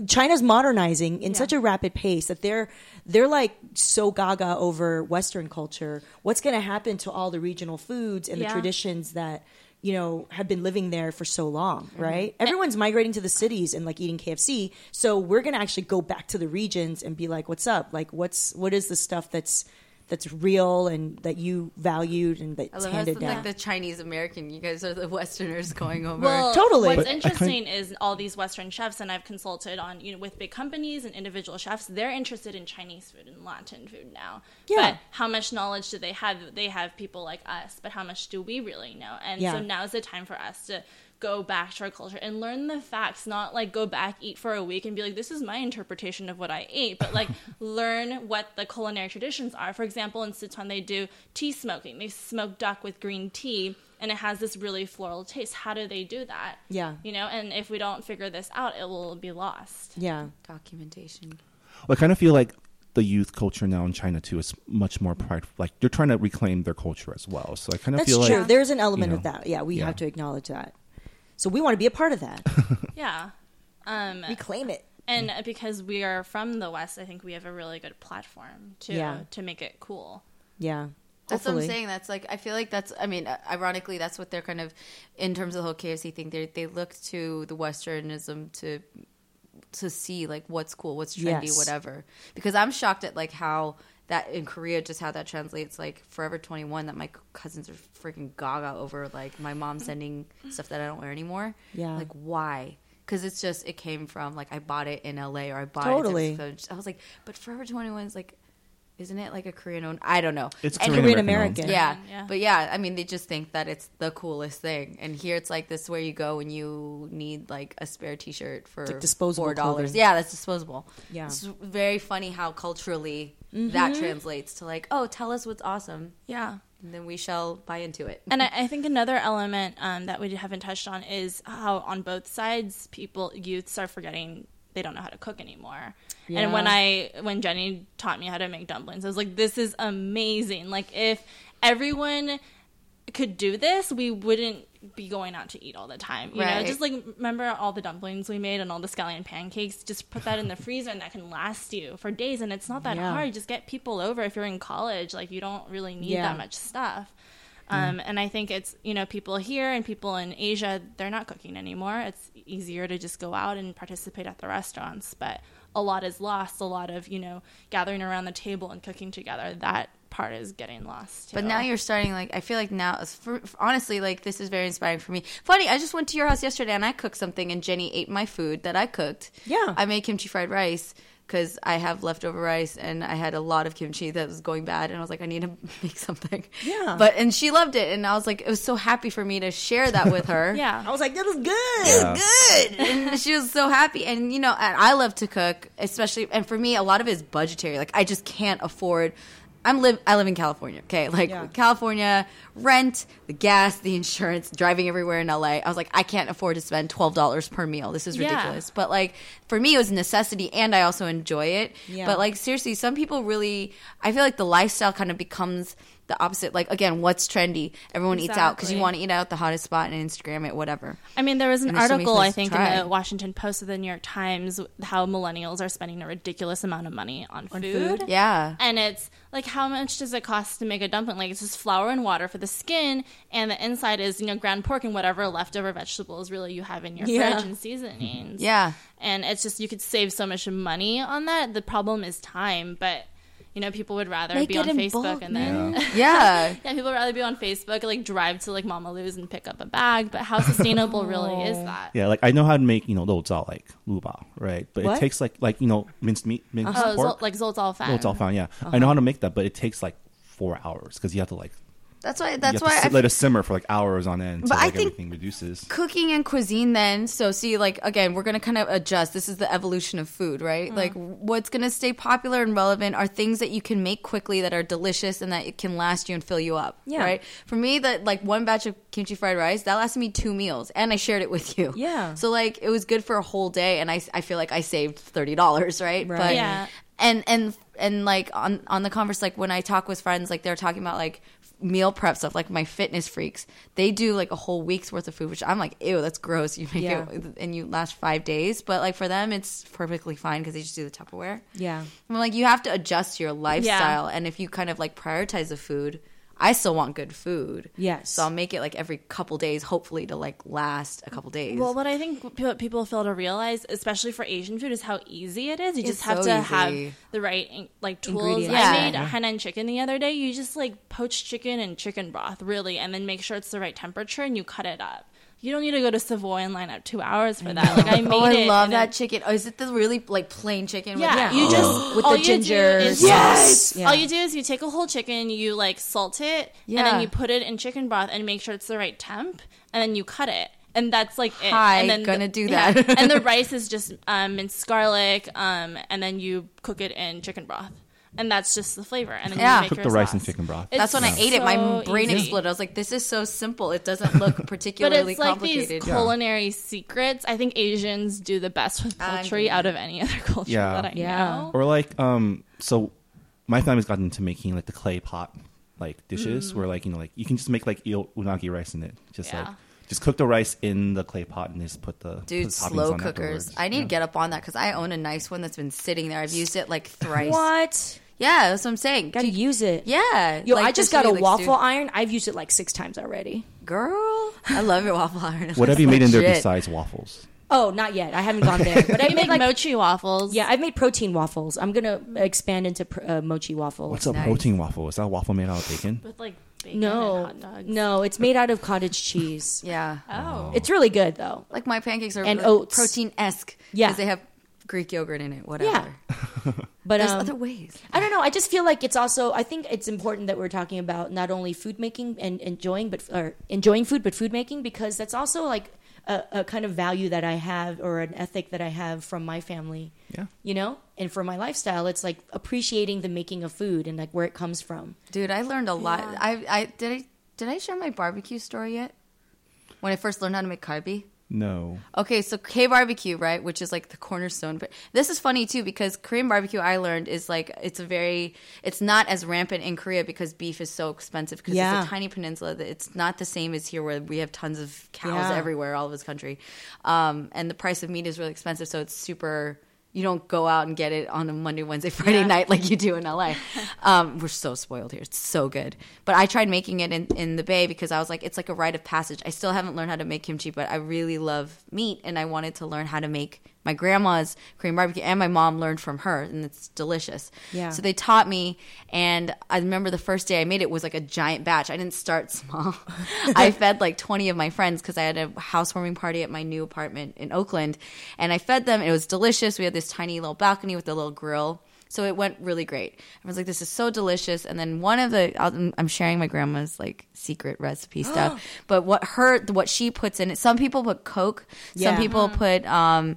China's modernizing in such a rapid pace that they're they're like so gaga over Western culture. What's going to happen to all the regional foods and the
Yeah.
traditions? traditions that you know have been living there for so long right everyone's migrating to the cities and like eating kfc so we're gonna actually go back to the regions and be like what's up like what's what is the stuff that's that's real and that you valued and
I
that's
love how it's
handed down
like the Chinese American. You guys are the Westerners going over.
Well,
Totally.
What's
But
I kind-
interesting is all these Western chefs, and I've consulted on you know with big companies and individual chefs. They're interested in Chinese food and Latin food now.
Yeah.
But how much knowledge do they have? They have people like us, but how much do we really know? And
Yeah.
so now is the time for us to go back to our culture and learn the facts, not like go back, eat for a week and be like, this is my interpretation of what I ate, but like learn what the culinary traditions are. For example, in Sichuan, they do tea smoking, they smoke duck with green tea. And it has this really floral taste. How do they do that?
Yeah.
You know, and if we don't figure this out, it will be lost.
Yeah.
Documentation.
Well, I kind of feel like the youth culture now in China too is much more pride. Like they're trying to reclaim their culture as well. So I kind of
That's
feel
true.
like
There's an element
you
of
know,
that. Yeah, we
yeah.
have to acknowledge that. So we want to be a part of that.
Yeah. Um,
Reclaim it.
and uh, because we are from the West, I think we have a really good platform to
Yeah.
to make it cool.
Yeah.
That's
Hopefully.
what I'm saying. That's like I feel like that's. I mean, uh, ironically, that's what they're kind of in terms of the whole KFC thing. They they look to the Westernism to to see like what's cool, what's trendy,
Yes.
whatever. Because I'm shocked at like how that in Korea just how that translates like Forever 21 that my cousins are freaking gaga over like my mom sending stuff that I don't wear anymore.
Mm. Yeah.
like why? Because it's just it came from like I bought it in LA or I bought
Totally.
it. in San Francisco. I was like, but Forever 21 is like. Isn't it like a Korean owned? I don't know.
It's
And-
Korean American.
American.
yeah.
Yeah.
But yeah, I mean, they just think that it's the coolest thing. And here it's like this is where you go when you need like a spare t shirt for
like disposable
$4.
clothing.
Yeah, that's disposable.
Yeah. Mm-hmm.
It's very funny how culturally that translates to like, oh, tell us what's awesome.
Yeah.
And then we shall buy into it.
And I, I think another element um, that we haven't touched on is how on both sides, people youths are forgetting they don't know how to cook anymore. And when
Yeah.
I when Jenny taught me how to make dumplings, I was like, this is amazing. Like if everyone could do this, we wouldn't be going out to eat all the time. You
Right.
know, just like remember all the dumplings we made and all the scallion pancakes. Just put that in the freezer and that can last you for days. And it's not that
Yeah.
hard. Just get people over if you're in college. Like you don't really need
Yeah.
that much stuff.
Hmm.
Um, And I think it's, you know, people here and people in Asia, they're not cooking anymore. It's easier to just go out and participate at the restaurants. But a lot is lost. A lot of, you know, gathering around the table and cooking together, that part is getting lost.
But
too.
now you're starting like I feel like now it's- for, for- honestly like this is very inspiring for me. Funny, I just went to your house yesterday and I cooked something and Jenny ate my food that I cooked.
Yeah.
I made kimchi fried rice because I have leftover rice and I had a lot of kimchi that was going bad and I was like I need to make something.
Yeah.
But and she loved it and I was like it was so happy for me to share that with her.
Yeah.
I was like, that was good.
Good. And she was so happy. And you know, and I love to cook, especially. And for me, a lot of it is budgetary. Like I just can't afford. I'm live. I live in California. Okay, like
Yeah.
California rent, the gas, the insurance, driving everywhere in LA. I was like, I can't afford to spend twelve dollars per meal. This is
Yeah.
ridiculous. But like for me, it was a necessity, and I also enjoy it.
Yeah.
But like seriously, some people really. I feel like the lifestyle kind of becomes the opposite. Like again, what's trendy? Everyone eats out because you
Exactly.
want to eat out at the hottest spot and Instagram it, whatever.
I mean, there was an
And there's so many
article, I
places to
think,
try.
in the Washington Post or the New York Times, how millennials are spending a ridiculous amount of money on, food.
Yeah.
And it's like, how much does it cost to make a dumpling? Like, it's just flour and water for the skin, and the inside is, you know, ground pork and whatever leftover vegetables really you have in your
Yeah.
fridge and seasonings.
Yeah.
And it's just, you could save so much money on that. The problem is time, but, you know, people would rather
Make
be
it
on
in
Facebook
bulk,
and then.
Yeah.
Yeah, people would rather be on Facebook, like drive to like Mama Lou's and pick up a bag, but how sustainable really
Oh.
is that?
yeah, like I know how to make you know those all like luba, right? But
What?
it takes like like you know minced meat, minced
Oh, Zol-
pork,
like Zoltalfan.
Oh, it's all fine. Yeah,
Uh-huh.
I know how to make that, but it takes like four hours because you have to like
That's why
you
that's
have
why
to
I
sit, let it simmer for like hours on end.
But
so,
I
like,
think-
everything reduces.
cooking and cuisine then so see like again we're gonna kind of adjust this is the evolution of food right like what's gonna stay popular and relevant are things that you can make quickly that are delicious and that it can last you and fill you up
Yeah.
right for me that like one batch of kimchi fried rice that lasted me two meals and i shared it with you
Yeah.
so like it was good for a whole day and i, I feel like i saved $30 right,
Right.
but
Yeah.
and and and like on on the converse like when i talk with friends like they're talking about like meal prep stuff like my fitness freaks they do like a whole week's worth of food which i'm like ew that's gross you make
Yeah.
it and you last five days but like for them it's perfectly fine because they just do the tupperware
Yeah.
i'm like you have to adjust your lifestyle and if you kind of like prioritize the food i still want good food
Yes.
so i'll make it like every couple days hopefully to like last a couple days
Well, what I think pe- what people fail to realize, especially for Asian food, is how easy it is. You
It's
just have
so
to
easy.
have the right in- like tools.
Ingredients.
Yeah.
I made Hainan chicken the other day. You just like poach chicken and chicken broth, really, and then make sure it's the right temperature and you cut it up. You don't need to go to Savoy and line up two hours for that. Like I made
Oh, I
it.
love
and
that
it-
chicken. Oh, is it the really like plain chicken?
Yeah,
with,
you just
with
all
the
you do
ginger.
is-
Yes!
All you do is you take a whole chicken, you like salt it, and
Yeah.
then you put it in chicken broth and make sure it's the right temp, and then you cut it. and that's like it.
Hi,
and then
gonna
the,
do
yeah.
that.
and the rice is just um, minced garlic, um, and then you cook it in chicken broth, and that's just the flavor. And then
Yeah.
you make
Cook
your
the rice in
sauce.
chicken broth.
It's
That's when I ate it. My
so
brain
easy.
exploded. I was like, "This is so simple. It doesn't look
But
particularly
it's like these
complicated."
culinary secrets. I think Asians do the best with
I
poultry
agree.
out of any other culture
Yeah.
that I
Yeah.
know.
Or like, um, so my family's gotten into making like the clay pot like
Mm.
dishes where like you know like you can just make like eel unagi rice in it. Just
Yeah.
like just cook the rice in the clay pot and just put the put the
Dude,
toppings
slow
on
cookers.
afterwards.
I need
Yeah.
to get up on that because I own a nice one that's been sitting there. I've used it like thrice.
What?
Yeah, that's what I'm saying.
Gotta
Dude,
use it.
yeah.
Yo,
like,
I just
this
got a
really, like,
waffle iron. I've used it like six times already.
stu- Girl, I love your waffle iron.
What have you made in there
Legit.
besides waffles?
Oh, not yet. I haven't gone there. But I've
You
made like
make mochi waffles.
yeah, I've made protein waffles. I'm gonna expand into pr- uh, mochi waffles.
What's a
nice.
protein waffle? Is that a waffle made out of bacon?
with like bacon and
No,
hot dogs.
no, it's made out of cottage cheese.
Yeah.
Oh.
It's really good though.
Like my pancakes are
And
like,
oats.
protein-esque.
Yeah.
Because they have Greek yogurt in it, whatever.
But
There's
um,
other ways.
I don't know. I just feel like it's also. I think it's important that we're talking about not only food making and enjoying, but or enjoying food, but food making because that's also like a, a kind of value that I have or an ethic that I have from my family.
Yeah.
You know, and for my lifestyle, it's like appreciating the making of food and like where it comes from.
Dude, I learned a lot. I, I did I did I share my barbecue story yet? When I first learned how to make carby.
No.
Okay, so K barbecue, right, which is like the cornerstone. But this is funny too because Korean barbecue I learned is like it's a very it's not as rampant in Korea because beef is so expensive because
Yeah.
it's a tiny peninsula that it's not the same as here where we have tons of cows
Yeah.
everywhere all over this country, um, and the price of meat is really expensive. So it's super. You don't go out and get it on a Monday, Wednesday, Friday night like you do in LA. Um, we're so spoiled here. It's so good. But I tried making it in, in the Bay because I was like, it's like a rite of passage. I still haven't learned how to make kimchi, but I really love meat and I wanted to learn how to make my grandma's Korean barbecue and my mom learned from her and it's delicious.
Yeah.
So they taught me and I remember the first day I made it was like a giant batch. I didn't start small. I fed like 20 of my friends cuz I had a housewarming party at my new apartment in Oakland and I fed them. It was delicious. We had this tiny little balcony with a little grill. So it went really great. I was like, "This is so delicious." And then one of the I'll- I'm sharing my grandma's like secret recipe stuff, but what her what she puts in it. Some people put Coke.
Yeah.
Some people put um,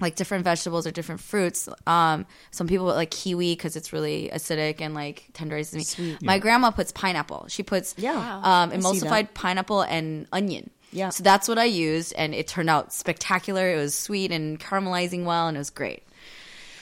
like different vegetables or different fruits. Um, some people put like kiwi because it's really acidic and like tenderizes me. My grandma puts pineapple. She puts
Yeah. Wow.
um,
I see that.
emulsified pineapple and onion.
Yeah.
So that's what I used, and it turned out spectacular. It was sweet and caramelizing well, and it was great.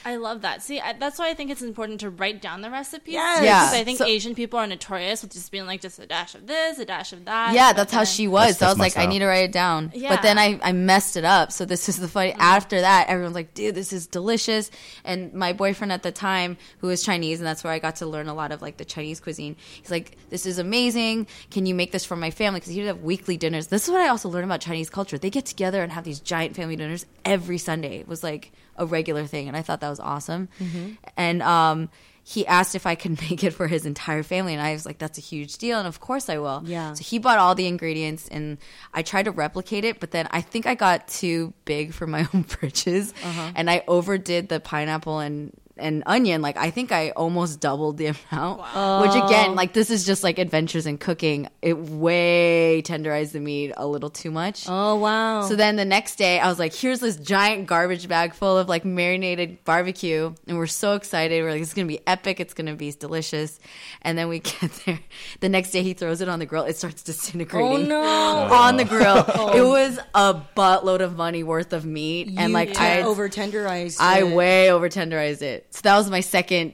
I love that. See, I, that's why I think it's important to write down the recipes.
Yes.
Yeah.
Because I think
So-
Asian people are notorious with just being like, just a dash of this, a dash of that.
yeah, that's how
Okay.
she was.
That's-
so I
that's
was
my
like, I
style.
need to write it down.
Yeah. Mm-hmm.
But then I, I messed it up. So this is the funny. After that, everyone's like, dude, this is delicious. And my boyfriend at the time, who was Chinese, and that's where I got to learn a lot of like the Chinese cuisine. He's like, this is amazing. Can you make this for my family? Because he would have weekly dinners. This is what I also learned about Chinese culture. They get together and have these giant family dinners every Sunday. It was like a regular thing, and I thought that was awesome.
Mm-hmm.
And um. He asked if I could make it for his entire family, and I was like, "That's a huge deal," and of course I will.
Yeah.
So he bought all the ingredients and I tried to replicate it, but then I think I got too big for my own britches and I overdid the pineapple and and onion. Like I think I almost doubled the amount, which again, like this is just like adventures in cooking. It way tenderized the meat a little too much.
Oh wow!
So then the next day, I was like, here's this giant garbage bag full of like marinated barbecue. And we're so excited. We're like, it's going to be epic. It's going to be delicious. And then we get there. The next day, he throws it on the grill. It starts disintegrating.
oh no! Oh.
On the grill. It was a buttload of money worth of meat. and like, I,
over tenderized.
I way over tenderized it. So that was my second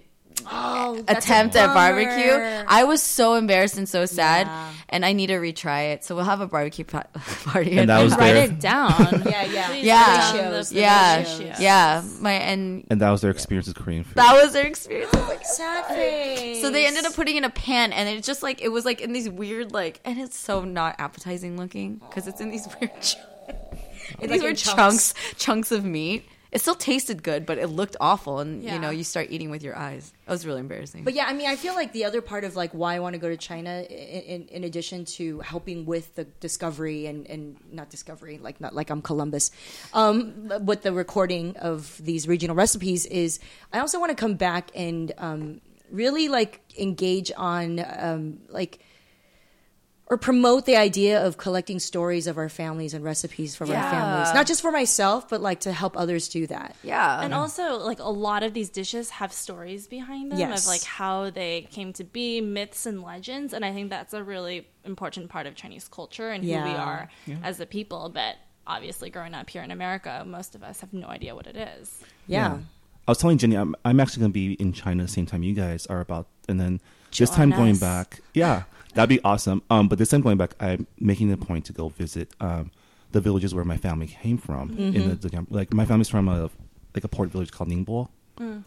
attempt at barbecue. I was so embarrassed and so sad. And I need to retry it. So we'll have a barbecue po- party. at
And that
my
was
house.
Write
their
it down.
yeah, yeah.
Please
Yeah.
write down the- the
yeah,
ratios.
yeah. My and
and that was their experience with Korean food.
that was their experience. I was like,
Sad face.
So they ended up putting in a pan, and it's just like it was like in these weird like, and it's so not appetizing looking because it's in these weird, ch- in these
in
weird chunks.
chunks.
chunks of meat. It still tasted good, but it looked awful, and
Yeah.
you know you start eating with your eyes. That was really embarrassing.
But yeah, I mean, I feel like the other part of like why I want to go to China, i- in, in, in addition to helping with the discovery and, and not discovery, like not like I'm Columbus, um, with the recording of these regional recipes, is I also want to come back and um, really like engage on um, like or promote the idea of collecting stories of our families and recipes from
Yeah.
our families. Not just for myself, but like to help others do that.
Yeah.
And also, like a lot of these dishes have stories behind them
Yes.
of like how they came to be, myths and legends. And I think that's a really important part of Chinese culture and who we
Yeah.
are as a people. But obviously, growing up here in America, most of us have no idea what it is.
Yeah.
I was telling Jenny, I'm, I'm actually going to be in China the same time you guys are about, and then this time
Join
going
us.
back, yeah, that'd be awesome. Um, but this time going back, I'm making the point to go visit um, the villages where my family came from. In the, the like, my family's from a like a port village called Ningbo.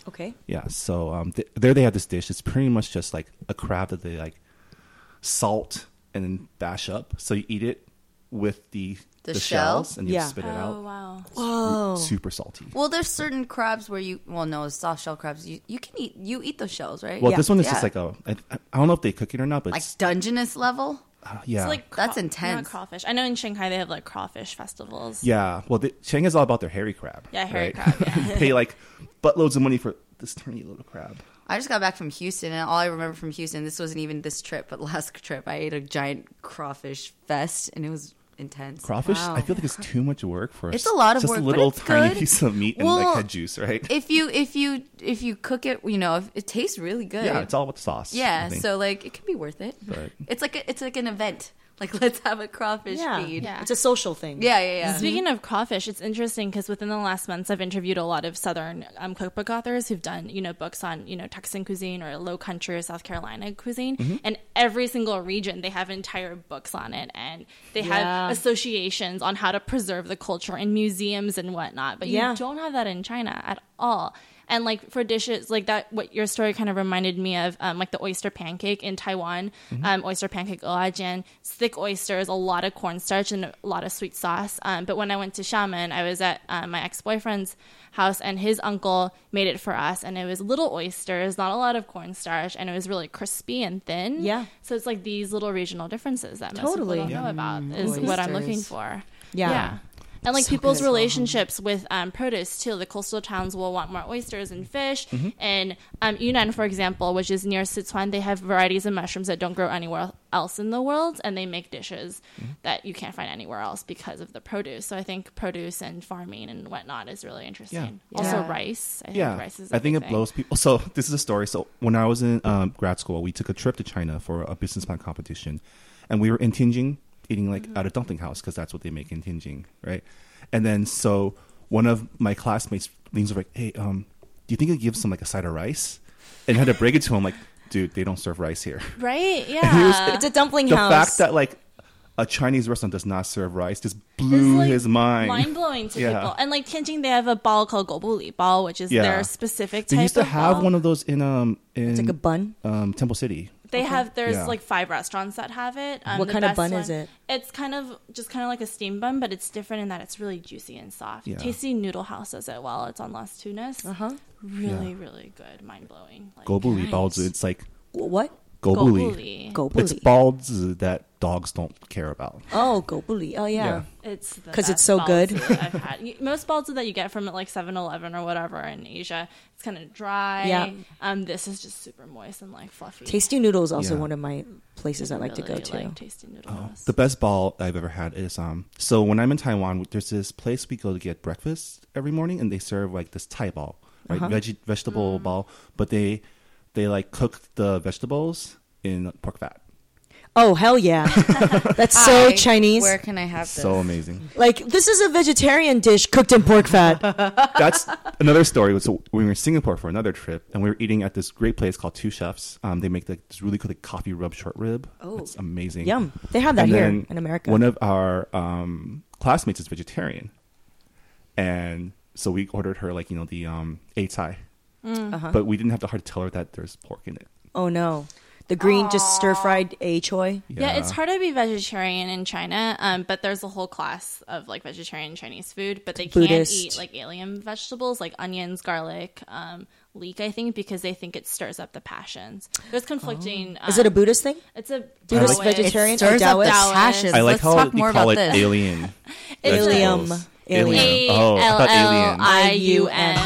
Okay.
Yeah, so um, th- there they have this dish. It's pretty much just like a crab that they like salt and then bash up. So you eat it with the
The shell?
shells and you
Yeah.
spit it
Oh,
out.
wow.
Whoa.
Super salty.
Well, there's certain crabs where you well no soft shell crabs you, you can eat you eat those shells right?
Well,
Yeah.
this one is
Yeah.
just like a. I, I don't know if they cook it or not, but
Like
it's,
Dungeness level.
uh, yeah,
It's like
That's
craw-
intense.
Not crawfish. I know in Shanghai they have like crawfish festivals.
yeah. Well, the, Chang is all about their hairy crab.
Yeah,
right?
hairy crab,
Pay like buttloads of money for this tiny little crab.
I just got back from Houston, and all I remember from Houston, this wasn't even this trip, but last trip, I ate a giant crawfish fest, and it was intense.
Crawfish,
Wow.
I feel like it's too much work for
It's
s-
a lot of
just
work,
a
but
little
it's
tiny
good.
piece of meat and
Well,
like head juice, right?
If you if you if you cook it, you know, if, it tastes really good.
yeah, it's all about the sauce. I
Yeah,
think.
so like it can be worth it.
But-
It's like a, it's like an event. Like let's have a crawfish
Yeah.
feed.
Yeah.
It's a social thing.
yeah, yeah. yeah.
Mm-hmm. Speaking of crawfish, it's interesting because within the last months, I've interviewed a lot of Southern um, cookbook authors who've done, you know, books on, you know, Texan cuisine or Low Country or South Carolina cuisine,
Mm-hmm.
and every single region they have entire books on it, and they
Yeah.
have associations on how to preserve the culture in museums and whatnot. But
Yeah.
you don't have that in China at all. And like for dishes like that, what your story kind of reminded me of, um, like the oyster pancake in Taiwan,
Mm-hmm.
um, oyster pancake oajian, it's thick oysters, a lot of cornstarch and a lot of sweet sauce. Um, but when I went to Shaman, I was at um, my ex boyfriend's house, and his uncle made it for us, and it was little oysters, not a lot of cornstarch, and it was really crispy and thin.
Yeah.
So it's like these little regional differences that most
Totally.
people don't know about is what I'm looking for.
Yeah.
And like
So
people's
good. Mm-hmm. So
relationships with um, produce too. The coastal towns will want more oysters and fish.
Mm-hmm.
And um, Yunnan, for example, which is near Sichuan, they have varieties of mushrooms that don't grow anywhere else in the world, and they make dishes
Mm-hmm.
that you can't find anywhere else because of the produce. So I think produce and farming and whatnot is really interesting.
Yeah.
Also
Yeah.
rice. I
yeah,
think rice is. a
I think
big
it
thing.
blows people. So this is a story. So when I was in um, grad school, we took a trip to China for a business plan competition, and we were in Tianjin eating like at a dumpling house because that's what they make in Tianjin, right? And then so one of my classmates leans over, like, "Hey, um, do you think it gives them like a side of rice?" And I had to break it to him, like, "Dude, they don't serve rice here."
Right?
here's-
Yeah.
It's a dumpling
the
house.
fact that like a Chinese restaurant does not serve rice just blew his mind.
Mind blowing to
Yeah.
people. And like Tianjin, they have a bao called gobuli bao, which is
Yeah.
their specific type
They used to
of
have
bao.
one of those in um in
It's like a bun.
um Temple City.
They have there's
Yeah.
like five restaurants that have it. Um,
What
the
kind of
best
bun is
one-
it?
It's kind of just kind of like a steam bun, but it's different in that it's really juicy and soft.
Yeah.
Tasty Noodle House does it well. It's on Las Tunas. Uh
Uh-huh.
Really, really good. Mind blowing. Like,
Gobuli
Nice.
baozi. It's like
What?
gobuli.
gobuli.
Gobuli.
It's baozi that dogs don't care about.
Oh, gobuli. Oh, yeah.
It's
'Cause
because
it's so good.
I've had. You- Most balls that you get from like 7-Eleven or whatever in Asia, it's kind of dry.
Yeah.
Um, this is just super moist and like fluffy.
Tasty Noodle is also
Yeah.
one of my places I like to go
Really
to.
like tasty noodle house.
The best ball I've ever had is um. So when I'm in Taiwan, there's this place we go to get breakfast every morning, and they serve like this Thai ball, right? Veggie vegetable ball, but they they like cook the vegetables in pork fat.
Oh, hell yeah. That's so
Hi,
Chinese.
Where can I have this?
So amazing.
Like, this is a vegetarian dish cooked in pork fat.
That's another story. So we were in Singapore for another trip, and we were eating at this great place called Two Chefs. Um, they make like this really good like, coffee rub short rib. Oh, it's amazing.
Yum. They have that
And
here
then
in America.
One of our um, classmates is vegetarian, and so we ordered her like you know the um, a tai, but we didn't have the heart to tell her that there's pork in it.
oh, no. The green, just stir fried a choy.
Yeah, it's hard to be vegetarian in China, um, but there's a whole class of like vegetarian Chinese food, but they
Buddhist.
can't eat like alien vegetables like onions, garlic, um, leek, I think, because they think it stirs up the passions. There's conflicting. Um,
Oh. Is it a Buddhist thing?
It's a
Buddhist
Taoist-
vegetarian?
Stirs
Or
up the
Taoist?
passions.
I like
Let's
how
talk
they
more
call
about
it
this.
alien.
It's
vegetables.
Ilium. Alien.
A
Oh, I
L
thought
L
alien.
I U N.
I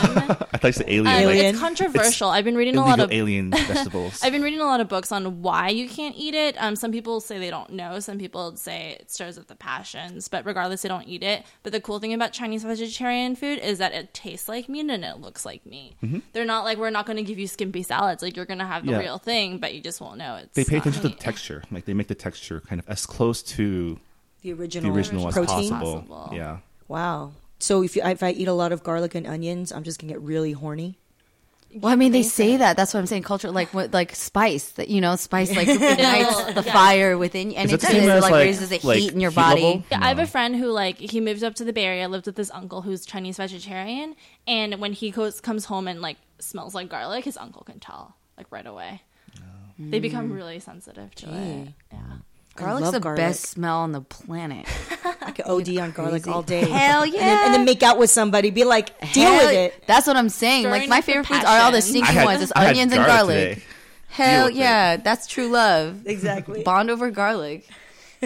thought you said alien.
Um,
like
It's controversial. I've been reading a lot
illegal
of
alien vegetables.
I've been reading a lot of books on why you can't eat it. Um, some people say they don't know. Some people say it stirs up the passions. But regardless, they don't eat it. But the cool thing about Chinese vegetarian food is that it tastes like meat and it looks like meat. They're not like we're not going to give you skimpy salads. Like you're going to have the
Mm-hmm. Yeah.
real thing, but you just won't know it's.
they pay
not
attention to the
meat.
texture. Like they make the texture kind of as close to
the original,
the original as
protein.
possible.
Possible.
Yeah.
Wow. So if you, if I eat a lot of garlic and onions, I'm just gonna get really horny.
Well, I mean, they say that. That's what I'm saying. Culture, like what, like spice that you know, spice like ignites the fire within, you. and
Is
it
that the same
does,
as,
like,
like-
raises the
like
heat in your
heat
body.
level?
Yeah, I have a friend who like he moved up to the Bay Area, lived with his uncle who's Chinese vegetarian, and when he goes, comes home and like smells like garlic, his uncle can tell like right away.
Oh.
They
Mm.
become really sensitive to it. Yeah.
Garlic's
love
the
garlic.
best smell on the planet.
I could OD on garlic
Crazy.
all day.
Hell
And then,
yeah!
and then make out with somebody. Be like, deal
Hell-
with it.
That's what I'm saying.
Stirring
like my
up the
favorite foods are all the
passion.
stinky ones. It's
I had
onions and garlic.
today. Deal
Hell
with it.
yeah! That's true love.
Exactly.
Bond over garlic.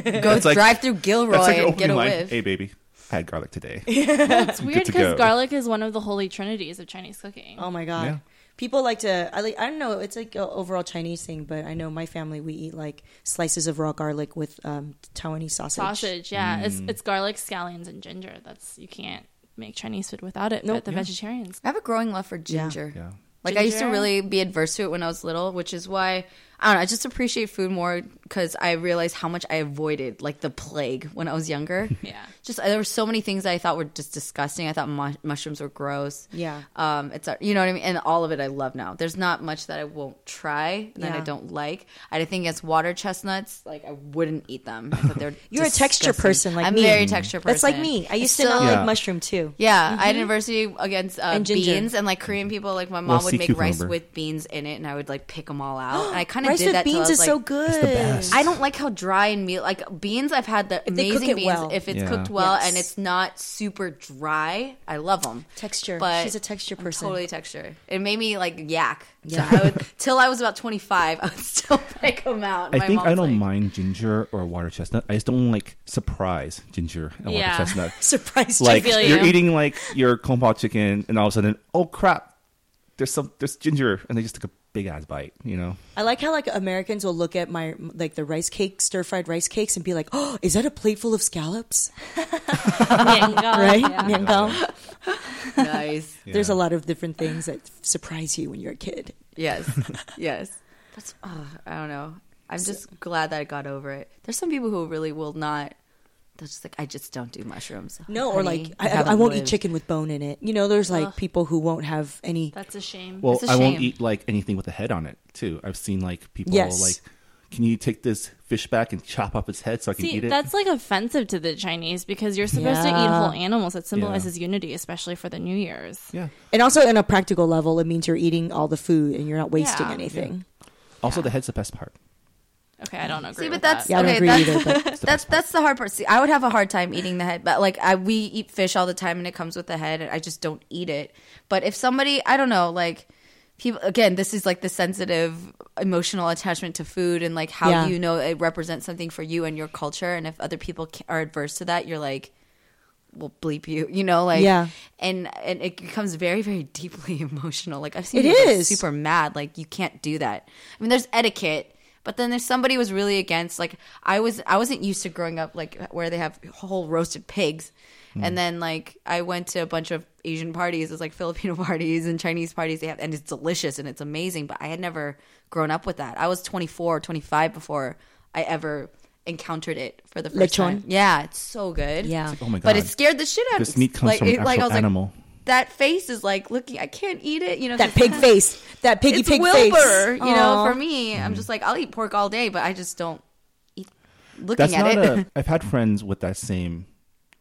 Go
like-
drive through Gilroy
That's like your
and get
opening
a
line.
whiff.
Hey baby, I had garlic today.
It's weird
to go.
because garlic is one of the holy trinities of Chinese cooking.
Oh my god.
Yeah.
People like to. I like. I don't know. It's like a overall Chinese thing, but I know my family we eat like slices of raw garlic with um, Taiwanese sausage.
Sausage, yeah, it's
Mm.
it's garlic, scallions, and ginger. That's you can't make Chinese food without it. but the vegetarians,
I have a growing love for ginger.
Yeah.
Like I used to
Ginger.
really be adverse to it when I was little, which is why I don't know. I just appreciate food more because I realized how much I avoided like the plague when I was younger.
Yeah.
just uh, there were so many things that I thought were just disgusting. I thought mu- mushrooms were gross.
Yeah.
um, it's you know what I mean. And all of it I love now. There's not much that I won't try that I
Yeah.
don't like. I think it's water chestnuts. Like I wouldn't eat them. I thought they're
You're a texture
disgusting.
person like
I'm
me.
very texture person.
That's like me. I used
Still-
to not
Yeah.
like mushroom too.
yeah, I had adversity against uh,
Mm-hmm. And ginger.
beans and like Korean people. Like my mom
Well,
would
sea
make rice
cucumber.
with beans in it, and I would like pick them all out. And I kind of
Rice
did
with
that. till I
beans
was,
is
like,
so good.
best.
I don't like how dry and meal like beans. I've had the
they cook
amazing
it
beans
well.
if it's
Yeah.
cooked well
Yes.
and it's not super dry. I love them.
Texture.
But
She's a texture
I'm
person.
totally texture. It made me like yak.
Yeah.
Yeah, I would, till I was about twenty five. I would still pick them out.
I
My
think I
mom's
don't
like-
mind ginger or water chestnut. I just don't like surprise ginger and
Yeah.
water chestnut.
Surprise.
like
feel
you're
you.
eating like your kung pao chicken, and all of a sudden, oh crap, there's some there's ginger, and they just took a big ass bite. You know,
I like how like Americans will look at my like the rice cake, stir fried rice cakes, and be like, "Oh, is that a plateful of scallops?" Right?
right?
Yango?
Nice.
There's
Yeah.
a lot of different things that surprise you when you're a kid.
Yes. Yes. That's oh, I don't know. I'm just glad that I got over it. There's some people who really will not. They're just like I just don't do mushrooms.
No, or
Honey,
like
you
I, I,
haven't
I won't eat
lived.
chicken with bone in it. You know, there's like people who won't have any.
That's a shame.
well,
That's a
I won't
shame.
eat like anything with a head on it too. I've seen like people
Yes.
like, can you take this fish back and chop up its head so I can
See,
eat it?
that's like offensive to the Chinese because you're supposed to eat
Yeah.
whole animals. It symbolizes unity, especially for the New Year's.
yeah.
And also, on a practical level, it means you're eating all the food and you're not wasting
Yeah.
anything.
Also, the head's the best part.
Okay, I don't agree.
See, but
with
that's
Yeah, I don't
okay.
agree
That's,
either, but-
that's that's the hard part. See, I would have a hard time eating the head, but like I we eat fish all the time, and it comes with the head, and I just don't eat it. But if somebody, I don't know, like people again, this is like the sensitive emotional attachment to food, and like how
Yeah.
you know it represents something for you and your culture, and if other people ca- are adverse to that, you're like. Will bleep you, you know, like,
Yeah.
and and it becomes very, very deeply emotional. Like I've seen
It
people get
is.
super super mad. Like you can't do that. I mean, there's etiquette, but then there's somebody who was really against. Like I was, I wasn't used to growing up like where they have whole roasted pigs,
Hmm.
and then like I went to a bunch of Asian parties. It's like Filipino parties and Chinese parties. They have and it's delicious and it's amazing. But I had never grown up with that. I was 24 or 25 before I ever encountered it for the first
Lechon.
time. Yeah, it's so good.
Yeah. It's
like, oh my
But
God.
it scared the shit out of
This
me.
meat comes from an actual animal.
that face is like looking. I can't eat it. You know
That
'cause
pig face, that piggy
it's
pig
Wilbur,
face.
you know.
Aw.
For me, I'm just like I'll eat pork all day, but I just don't eat looking
That's
at
not
it.
a. I've had friends with that same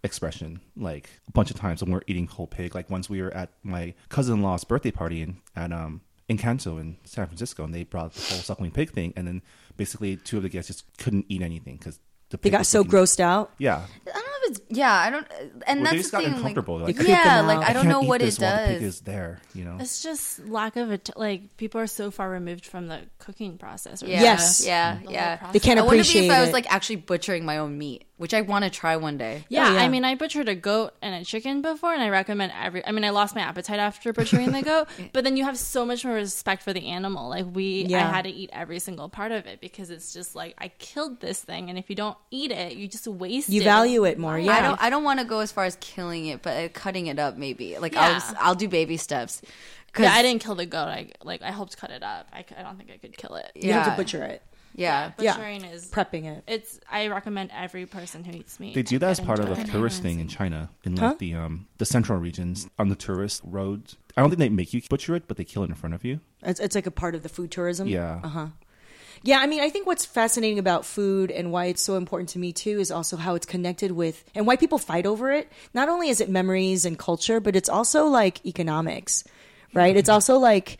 expression like a bunch of times when we're eating whole pig. Like once we were at my cousin-in-law's birthday party in at um in Canto in San Francisco, and they brought the whole suckling pig thing, and then basically two of the guests just couldn't eat anything because the
They
pig
got
was
so
looking-
grossed out.
Yeah,
I don't know if it's yeah. I don't, and
Well, they
that's
just
the
got
thing.
uncomfortable,
Like,
like,
It
yeah,
creeped them
like
out.
I don't
can't
know
eat
what it
this while The
does.
pig is there, you know.
It's just lack of att- like people are so far removed from the cooking process. or
yeah,
Yes.
yeah,
The whole
yeah.
They
can't
I wonder if
appreciate
I was
it.
like actually butchering my own meat. which I want to try one day.
Yeah,
yeah.
I mean, I butchered a goat and a chicken before, and I recommend every. I mean, I lost my appetite after butchering the goat, but then you have so much more respect for the animal. Like we,
Yeah.
I had to eat every single part of it because it's just like I killed this thing, and if you don't eat it, you just waste.
You value it more, yeah.
I don't. I don't want to go as far as killing it, but uh, cutting it up maybe. Like I'll
Yeah.
s- I'll do baby steps. 'Cause-
Yeah, I didn't kill the goat. I like I helped cut it up. I, c- I don't think I could kill it.
You have
yeah.
to butcher it,
Yeah.
Yeah.
Butchering is
prepping it.
It's. I recommend every person who eats meat.
They do that as part of
enjoy
the
it.
tourist thing in China, in like
Huh?
the um the central regions on the tourist roads. I don't think they make you butcher it, but they kill it in front of you.
It's, it's like a part of the food tourism.
Yeah.
Uh-huh. Yeah, I mean, I think what's fascinating about food and why it's so important to me too is also how it's connected with and why people fight over it. Not only is it memories and culture, but it's also like economics, right? It's also like,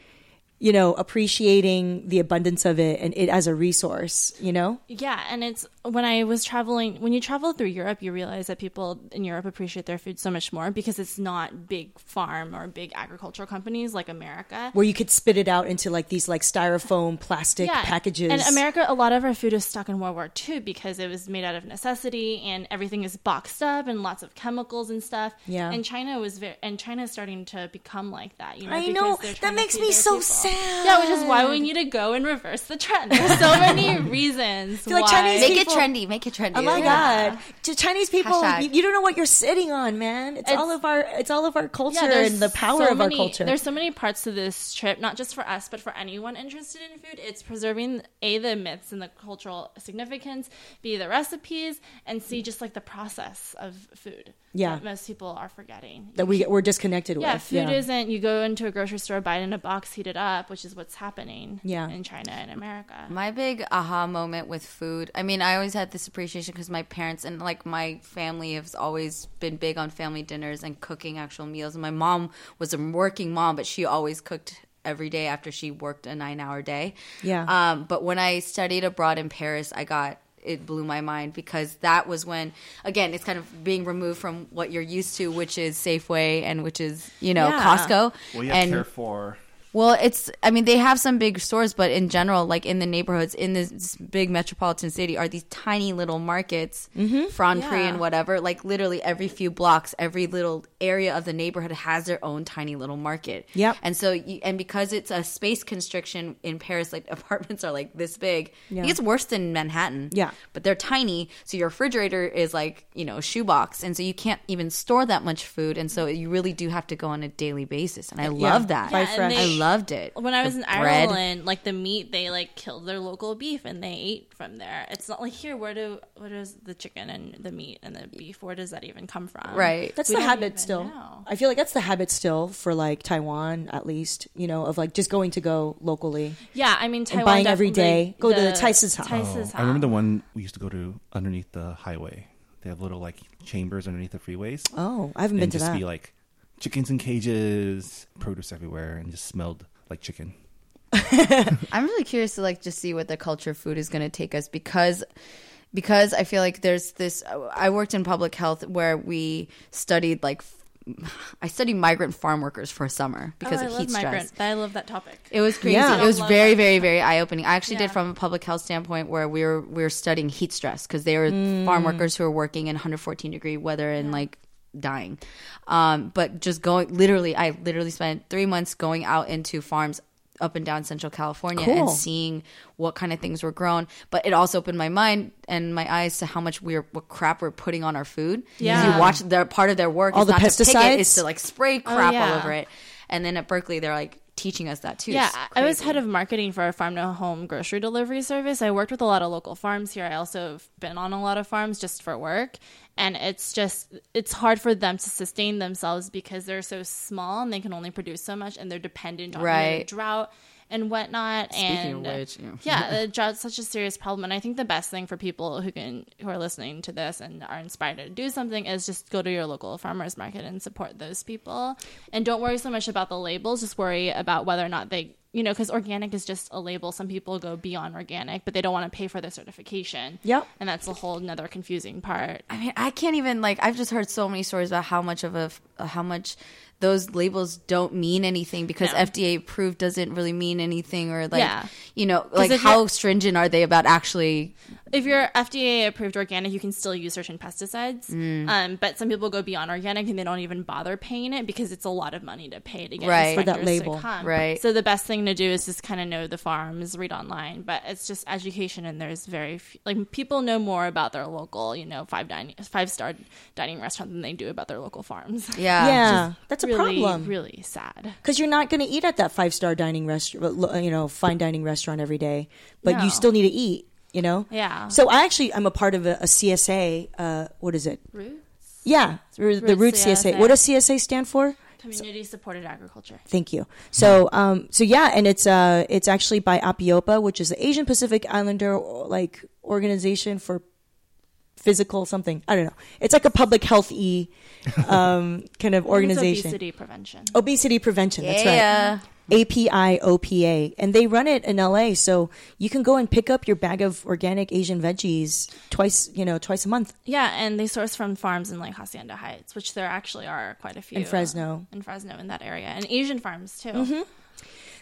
you know, appreciating the abundance of it and it as a resource, you know?
Yeah, and it's when I was traveling. When you travel through Europe, you realize that people in Europe appreciate their food so much more because it's not big farm or big agricultural companies like America.
Where you could spit it out into like these like styrofoam plastic packages.
And America, a lot of our food is stuck in World War II because it was made out of necessity and everything is boxed up and lots of chemicals and stuff.
Yeah.
And China was very, and China's starting to become like that. You know,
I
because
know.
they're
That
trying to
makes
feed
me
their
so
people.
sad.
Yeah, which is why we need to go and reverse the trend. There's so many reasons.
feel like
why.
Chinese
Make
People-
it trendy. Make it trendy.
Oh my
Yeah.
god, to Chinese people,
Hashtag.
you, you don't know what you're sitting on, man. It's,
It's-
all of our, it's all of our culture
there's
and the power
so
of
many-
our culture.
There's so many parts to this trip, not just for us, but for anyone interested in food. It's preserving a the myths and the cultural significance, b the recipes, and c just like the process of food.
Yeah.
that most people are forgetting.
that we we're disconnected
yeah,
with.
food isn't you go into a grocery store, buy it in a box, heat it up, which is what's happening.
Yeah.
in China and America.
My big aha moment with food. I mean, I always had this appreciation because my parents and like my family has always been big on family dinners and cooking actual meals. And my mom was a working mom, but she always cooked every day after she worked a nine hour day.
Yeah.
Um, but when I studied abroad in Paris, I got it blew my mind because that was when again it's kind of being removed from what you're used to which is Safeway and which is you know
Yeah.
Costco and
for
well, it's. I mean, they have some big stores, but in general, like in the neighborhoods in this big metropolitan city, are these tiny little markets,
Mm-hmm.
mm
Yeah.
and whatever. Like literally every few blocks, every little area of the neighborhood has their own tiny little market.
Yep.
And so, you, and because it's a space constriction in Paris, like apartments are like this big. I
Yeah.
think it's worse than Manhattan.
Yeah.
But they're tiny, so your refrigerator is like you know a shoebox, and so you can't even store that much food, and so you really do have to go on a daily basis. And I love that.
Buy
Yeah, and
fresh.
they-
I loved it.
when I
The
was in
bread.
Ireland, like the meat, they like killed their local beef and they ate from there. It's not like here. Where do where does the chicken and the meat and the beef? Where does that even come from?
Right.
That's
We
the
don't
habit
even
still.
know.
I feel like that's the habit still for like Taiwan, at least, you know, of like just going to go locally.
Yeah. I mean, Taiwan
buying every
definitely-
day. Go to the Tyson's house.
Tyson's
Oh, I remember the
house.
one we used to go to underneath the highway. They have little like chambers underneath the freeways.
Oh, I haven't
and
been to
just
that.
be like chickens in cages, produce everywhere, and just smelled like chicken.
I'm really curious to like just see what the culture of food is going to take us because because I feel like there's this I worked in public health where we studied like f- I studied migrant farm workers for a summer because
oh, I
of
love
heat stress.
migrant. I love that topic.
It was crazy.
Yeah.
It was
Love
very,
it.
very, very eye opening. I actually did
Yeah.
from a public health standpoint where we were we were studying heat stress because they were farm
Mm.
workers who were working in 114 degree weather and like dying. Um, but just going literally, I literally spent three months going out into farms up and down Central California and
Cool.
seeing what kind of things were grown. But it also opened my mind and my eyes to how much we're what crap we're putting on our food. 'Cause
Yeah.
you watch their part of their work
All
is
the
not to pick it,
pesticides?
is to like spray crap all
Oh, yeah.
over it. And then at Berkeley, they're like teaching us that too.
Yeah,
It's
I was
crazy.
head of marketing for a farm to home grocery delivery service. I worked with a lot of local farms here. I also have been on a lot of farms just for work, and it's just it's hard for them to sustain themselves because they're so small and they can only produce so much, and they're dependent on you know,
Right.
drought and whatnot.
Speaking of
and
which, you know.
yeah, the drought's such a serious problem, and I think the best thing for people who can who are listening to this and are inspired to do something is just go to your local farmers market and support those people, and don't worry so much about the labels. Just worry about whether or not they, you know, because organic is just a label. Some people go beyond organic, but they don't want to pay for their certification.
Yep.
and that's a whole another confusing part.
I mean, I can't even like. I've just heard so many stories about how much of a how much those labels don't mean anything because
No.
FDA approved doesn't really mean anything, or like
Yeah.
you know, like
if
how
you're-
stringent are they about actually
if you're FDA approved organic, you can still use certain pesticides.
Mm.
Um, but some people go beyond organic and they don't even bother paying it because it's a lot of money to pay to get
Right. For
that
inspectors to
label.
come.
Right.
So the best thing to do is just kind of know the farms, read online. But it's just education, and there's very few, like people know more about their local, you know, five dining five star dining restaurant than they do about their local farms.
Yeah.
yeah, that's a
really,
problem.
really sad.
because you're not going to eat at that five star dining restaurant, you know, fine dining restaurant every day, but
No.
you still need to eat, you know.
Yeah.
So I actually I'm a part of a, a CSA. Uh, what is it?
Roots.
Yeah, through the
Root
Root CSA.
CSA.
What does CSA stand for?
Community supported agriculture.
Thank you. So, um, so yeah, and it's uh, it's actually by Apiopa, which is the Asian Pacific Islander like organization for physical something. I don't know. It's like a public health e um, kind of
It's
organization.
obesity prevention.
Obesity prevention. That's right.
Yeah.
APIOPA, and they run it in LA. So you can go and pick up your bag of organic Asian veggies twice, you know, twice a month.
Yeah, and they source from farms in like Hacienda Heights, which there actually are quite a few uh,
In Fresno.
in Fresno, in that area, and Asian farms too.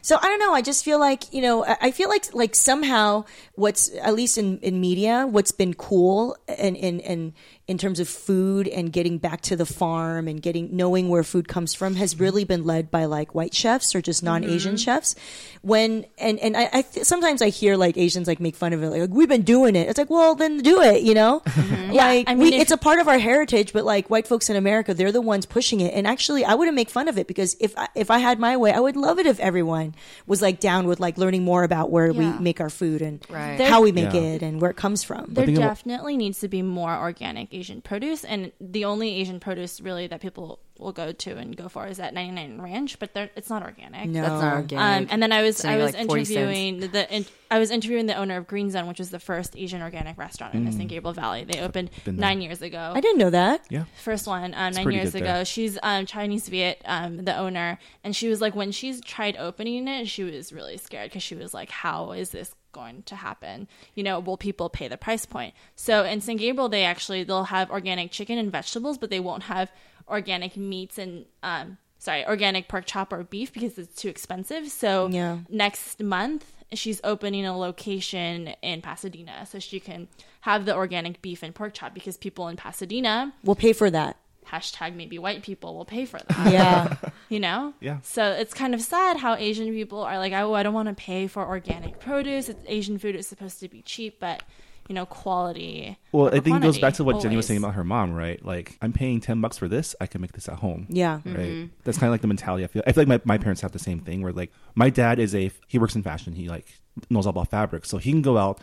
So I don't know. I just feel like you know. I I feel like like somehow what's at least in, in media, what's been cool and in and in terms of food and getting back to the farm and getting knowing where food comes from has really been led by like white chefs or just non Asian chefs. When and and I, I th- sometimes I hear like Asians like make fun of it, like we've been doing it. It's like well then do it, you know. Like
I mean,
we,
if-
it's a part of our heritage, but like white folks in America, they're the ones pushing it. And actually, I wouldn't make fun of it because if I, if I had my way, I would love it if everyone was like down with like learning more about where
Yeah.
we make our food and
Right.
how we make
Yeah.
it and where it comes from.
There
think I'm-
definitely needs to be more organic Asian produce, and the only Asian produce really that people will go to and go for is that 99 Ranch, but they're- it's not organic.
No.
That's not organic.
Um, and then I was
It's
I
only
was
like 40 cents.
interviewing the in, I was interviewing the owner of Green Zone, which was the first Asian organic restaurant in the San Gabriel Valley. They opened
Hmm. been there.
nine years ago.
I didn't know that.
Yeah.
first one um, nine
pretty
years
good
ago.
there.
She's um, Chinese Viet, um, the owner, and she was like, when she's tried opening it, she was really scared because she was like, how is this going to happen? You know, will people pay the price point? So in San Gabriel, they actually they'll have organic chicken and vegetables, but they won't have organic meats and um, sorry, organic pork chop or beef because it's too expensive. So
Yeah.
next month. She's opening a location in Pasadena so she can have the organic beef and pork chop because people in Pasadena
We'll pay for that.
hashtag maybe white people will pay for that
Yeah.
you know
Yeah.
so it's kind of sad how asian people are like oh i don't want to pay for organic produce it's asian food is supposed to be cheap but you know quality
Well,
over
I think it goes back to what
quantity,
Jenny was saying
always.
about her mom, right? Like, I'm paying 10 bucks for this, I can make this at home.
Yeah.
Right?
Mm-hmm.
That's kind of like the mentality I feel. I feel like my, my parents have the same thing where, like, my dad is a, he works in fashion. He, like, knows all about fabric. So he can go out,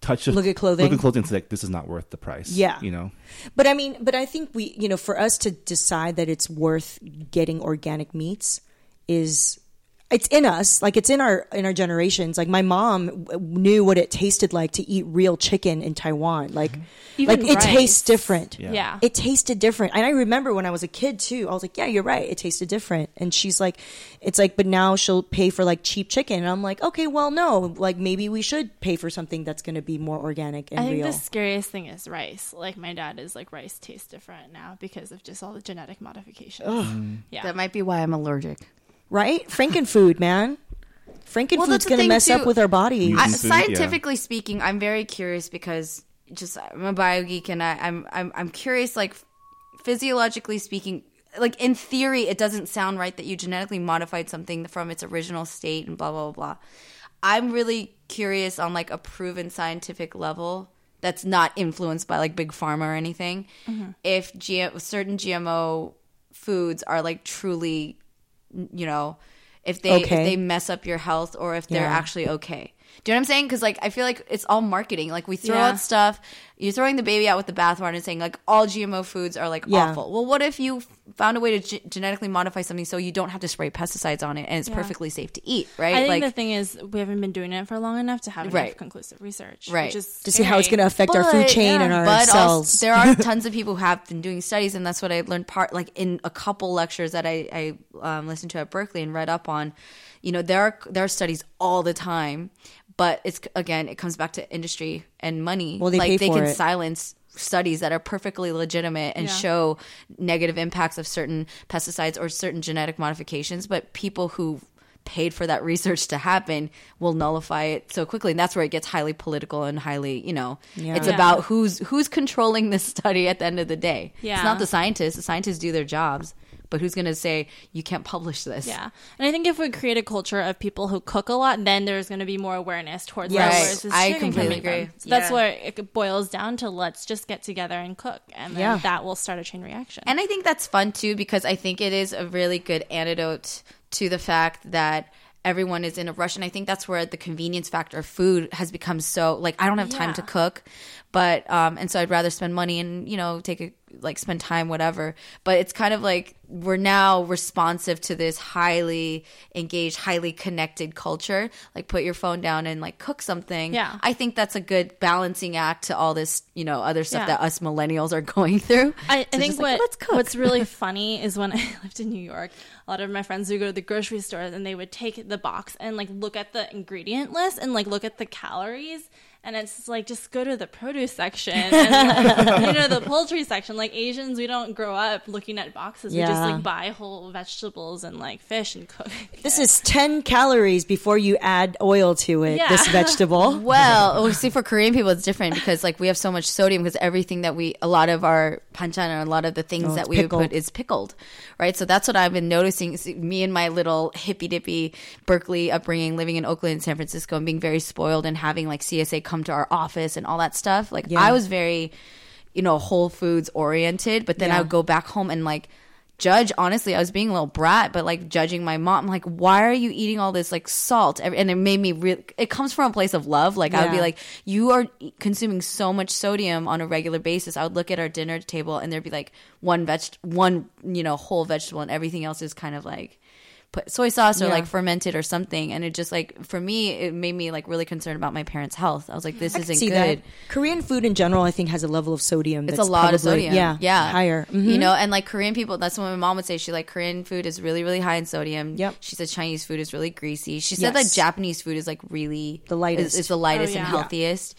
touch, the-
Look at clothing.
Look at clothing and say, like, this is not worth the price.
Yeah.
You know?
But I mean, but I think we, you know, for us to decide that it's worth getting organic meats is it's in us like it's in our in our generations like my mom w- knew what it tasted like to eat real chicken in taiwan like
Mm-hmm. Even
like it
rice.
tastes different
yeah,
it tasted different and i remember when i was a kid too i was like yeah you're right it tasted different and she's like it's like but now she'll pay for like cheap chicken and i'm like okay well no like maybe we should pay for something that's going to be more organic and
I think
real
the scariest thing is rice. Like my dad is like rice tastes different now because of just all the genetic modifications. Yeah,
that might be why I'm allergic.
right? Frankenfood, man.
Well,
Frankenfood's
that's the
gonna
thing,
mess
too.
up with our bodies.
I,
Mutant food, yeah.
scientifically speaking, I'm very curious because just I'm a biogeek and I, I'm I'm I'm curious like physiologically speaking like in theory it doesn't sound right that you genetically modified something from its original state and blah blah blah. blah. I'm really curious on like a proven scientific level that's not influenced by like big pharma or anything if G- certain GMO foods are like truly you know if they
Okay.
if they mess up your health or if they're
Yeah.
actually okay. Do you know what I'm saying? Because like I feel like it's all marketing. Like we throw
Yeah.
out stuff. You're throwing the baby out with the bathwater and saying like all GMO foods are like
Yeah.
awful. Well, what if you found a way to ge- genetically modify something so you don't have to spray pesticides on it and it's perfectly safe to eat, right?
I think
like
the thing is we haven't been doing it for long enough to have enough
Right.
conclusive research,
Right.
Which is
To see how it's
scary.
gonna affect our food
But-
chain and our
but
cells.
Also, there are tons of people who have been doing studies, and that's what I learned part like in a couple lectures that I, I um, listened to at Berkeley and read up on. You know, there are there are studies all the time, but it's again, it comes back to industry and money.
Well, they
like
pay
they
for
can
it.
silence studies that are perfectly legitimate and
Yeah.
show negative impacts of certain pesticides or certain genetic modifications, but people who paid for that research to happen will nullify it so quickly and that's where it gets highly political and highly you know it's
Yeah.
about who's who's controlling this study at the end of the day it's
Yeah.
not the scientists the scientists do their jobs but who's going to say you can't publish this
Yeah. And I think if we create a culture of people who cook a lot, then there's going to be more awareness towards
Yes.
that. Where's this
I
chicken
completely
coming
agree.
From? So that's
Yeah.
where it boils down to let's just get together and cook. And then
Yeah.
that will start a chain reaction.
And I think that's fun too because I think it is a really good antidote to the fact that everyone is in a rush. And I think that's where the convenience factor of food has become so like I don't have time to
Yeah.
cook, but um, and so I'd rather spend money and you know take a like spend time whatever. But it's kind of like we're now responsive to this highly engaged, highly connected culture. Like put your phone down and like cook something.
Yeah.
I think that's a good balancing act to all this you know other stuff
Yeah.
that us millennials are going through.
I,
So
I
it's
think
just like,
what,
let's cook.
what's really funny is when I lived in New York, a lot of my friends would go to the grocery store and they would take the box and like look at the ingredient list and like look at the calories. And it's just, like just go to the produce section and like, you know the poultry section. Like Asians, we don't grow up looking at boxes. We just
Yeah.
like buy whole vegetables and like fish and cook.
This is 10 calories before you add oil to it,
Yeah.
this vegetable.
Well, oh, see, for Korean people, it's different because like we have so much sodium because everything that we, a lot of our panchan or a lot of the things
Oh,
that
it's
we would
pickled.
put is pickled, right? So that's what I've been noticing. is Me and my little hippy dippy Berkeley upbringing, living in Oakland, and San Francisco, and being very spoiled and having like CSA come to our office and all that stuff. Like
Yeah.
I was very, you know, Whole Foods oriented, but then I
Yeah.
would go back home and like. Judge, honestly, I was being a little brat, but like judging my mom, I'm like, why are you eating all this like salt? Every- And it made me real. It comes from a place of love. Like I would be
Yeah.
like, you are consuming so much sodium on a regular basis. I would look at our dinner table and there'd be like one veg, one you know whole vegetable, and everything else is kind of like put soy sauce or
Yeah.
like fermented or something. And it just like for me, it made me like really concerned about my parents' health. I was like, this
I can
isn't
see
good.
that. Korean food in general, I think, has a level of sodium.
It's
that's
a lot of
probably-
sodium.
Yeah,
yeah,
higher. Mhm.
You know, and like Korean people, that's what my mom would say. She like Korean food is really, really high in sodium.
Yep.
She said Chinese food is really greasy. She said
Yes.
that Japanese food is like really
The lightest.
Is, is the lightest
Oh,
and
yeah.
healthiest.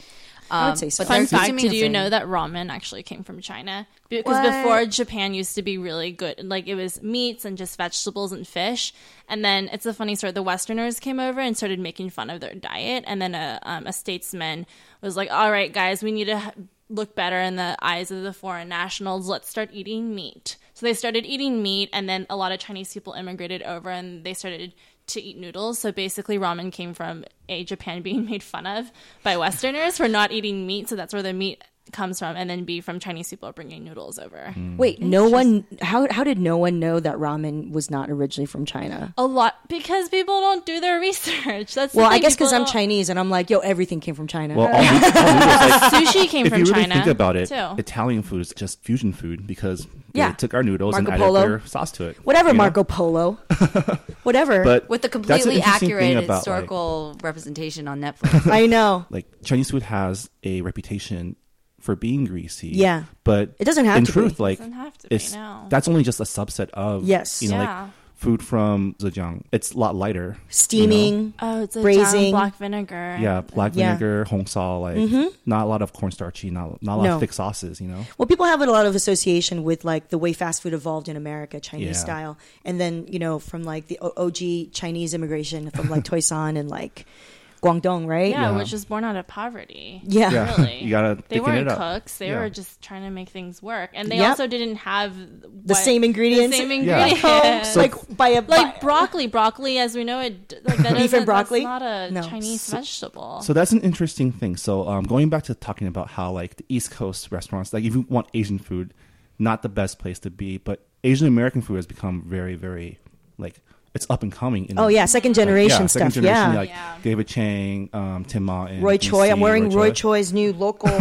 Um,
I would say so.
but
Fun
they're
fact:
consuming
Did you
something.
know that ramen actually came from China? Because
What?
before Japan used to be really good, like it was meats and just vegetables and fish. And then it's a funny story: the Westerners came over and started making fun of their diet, and then a, um, a statesman was like, "All right, guys, we need to h- look better in the eyes of the foreign nationals. Let's start eating meat." So they started eating meat, and then a lot of Chinese people immigrated over, and they started. To eat noodles, so basically ramen came from a Japan being made fun of by Westerners for not eating meat, so that's where the meat comes from, and then B from Chinese people bringing noodles over.
Wait, no one. How how did no one know that ramen was not originally from China?
Oh,
A lot because people don't do their research. That's the
Well, I
thing,
guess because
people
I'm
don't-
Chinese and I'm like, yo, everything came from China.
Well, all we- all we do is, like,
Sushi came
if
from
you really
China.
think about it,
too.
Italian food is just fusion food because they
Yeah.
took our noodles
Marco
and added
Polo.
their sauce to it.
whatever,
you know?
Marco Polo. whatever.
But
with the
that's an
completely
interesting thing
accurate
about, like-
historical representation on Netflix.
I know.
like Chinese food has a reputation for being greasy.
Yeah.
but
It doesn't have
in
to
truth,
be.
like
Doesn't have to be,
it's
no.
that's only just a subset of
Yes.
you know,
Yeah.
like food from Zhejiang. It's a lot lighter,
Steaming.
oh, it's a
braising.
braising black vinegar.
You know? Yeah, black
Yeah. Mm-hmm.
vinegar, hong sao, like not a lot of cornstarchy, not not a lot
No.
of thick sauces. You know,
Well, people have a lot of association with like the way fast food evolved in America, Chinese
Yeah.
style, and then you know from like the O- OG Chinese immigration from like Toisan and like Guangdong, right?
yeah,
Yeah.
which is born out of poverty.
Yeah. Yeah.
really.
You gotta
They
thicken
weren't
it up.
cooks. They
Yeah.
were just trying to make things work, and they
Yep.
also didn't have what-
The same ingredients. Oh,
The same
Yeah.
ingredients.
So-
like by a
Like
by-
broccoli, broccoli as we know it, d- like that
Beef and
doesn't-
broccoli?
That's not a
No.
Chinese vegetable.
So that's an interesting thing. So um, going back to talking about how like the East Coast restaurants, like if you want Asian food, not the best place to be, but Asian American food has become very, very like it's up and coming. In
Oh, yeah, second generation
yeah, second
stuff,
Generation,
yeah.
like
Yeah.
David Chang, um, Tim Ma, and
Roy Choi. I'm wearing Roy, Choi's new local. I, I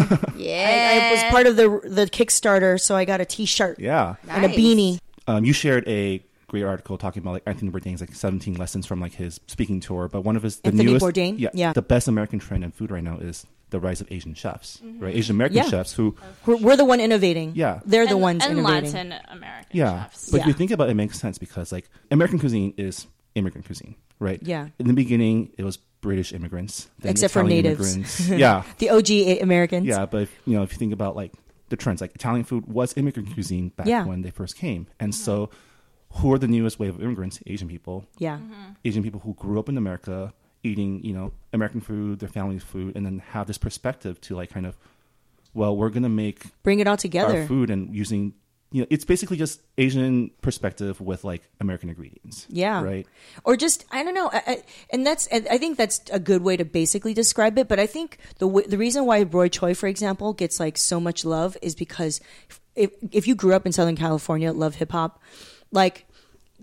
was
Yeah.
part of the the Kickstarter, so I got a T-shirt
Yeah,
and
Nice.
a beanie.
um, you shared a great article talking about like Anthony Bourdain's like 17 lessons from like his speaking tour, but one of his the
Anthony
newest
Bourdain?
yeah,
Yeah.
the best American trend in food right now is the rise of Asian chefs, right? Asian American
Yeah.
chefs who
We're, we're the one innovating.
Yeah.
they're the
and,
ones
and
innovating.
Latin American
Yeah.
chefs.
But if you
Yeah.
think about it, it makes sense because like American cuisine is immigrant cuisine, right?
Yeah.
In the beginning, it was British immigrants, then
Except for
Italian
natives.
Immigrants. yeah.
The OG A- Americans.
Yeah. But if, you know, if you think about like the trends, like Italian food was immigrant cuisine back
Yeah.
when they first came. And so who are the newest wave of immigrants? Asian people.
Yeah.
Mm-hmm.
Asian people who grew up in America eating, you know, American food, their family's food, and then have this perspective to like kind of, well, we're gonna make
Bring it all
our
together.
food and using, you know, it's basically just Asian perspective with like American ingredients.
Yeah.
Right.
Or just I don't know. I, I, and that's and I think that's a good way to basically describe it. But I think the w- the reason why Roy Choi, for example, gets like so much love is because if if you grew up in Southern California, love hip hop, like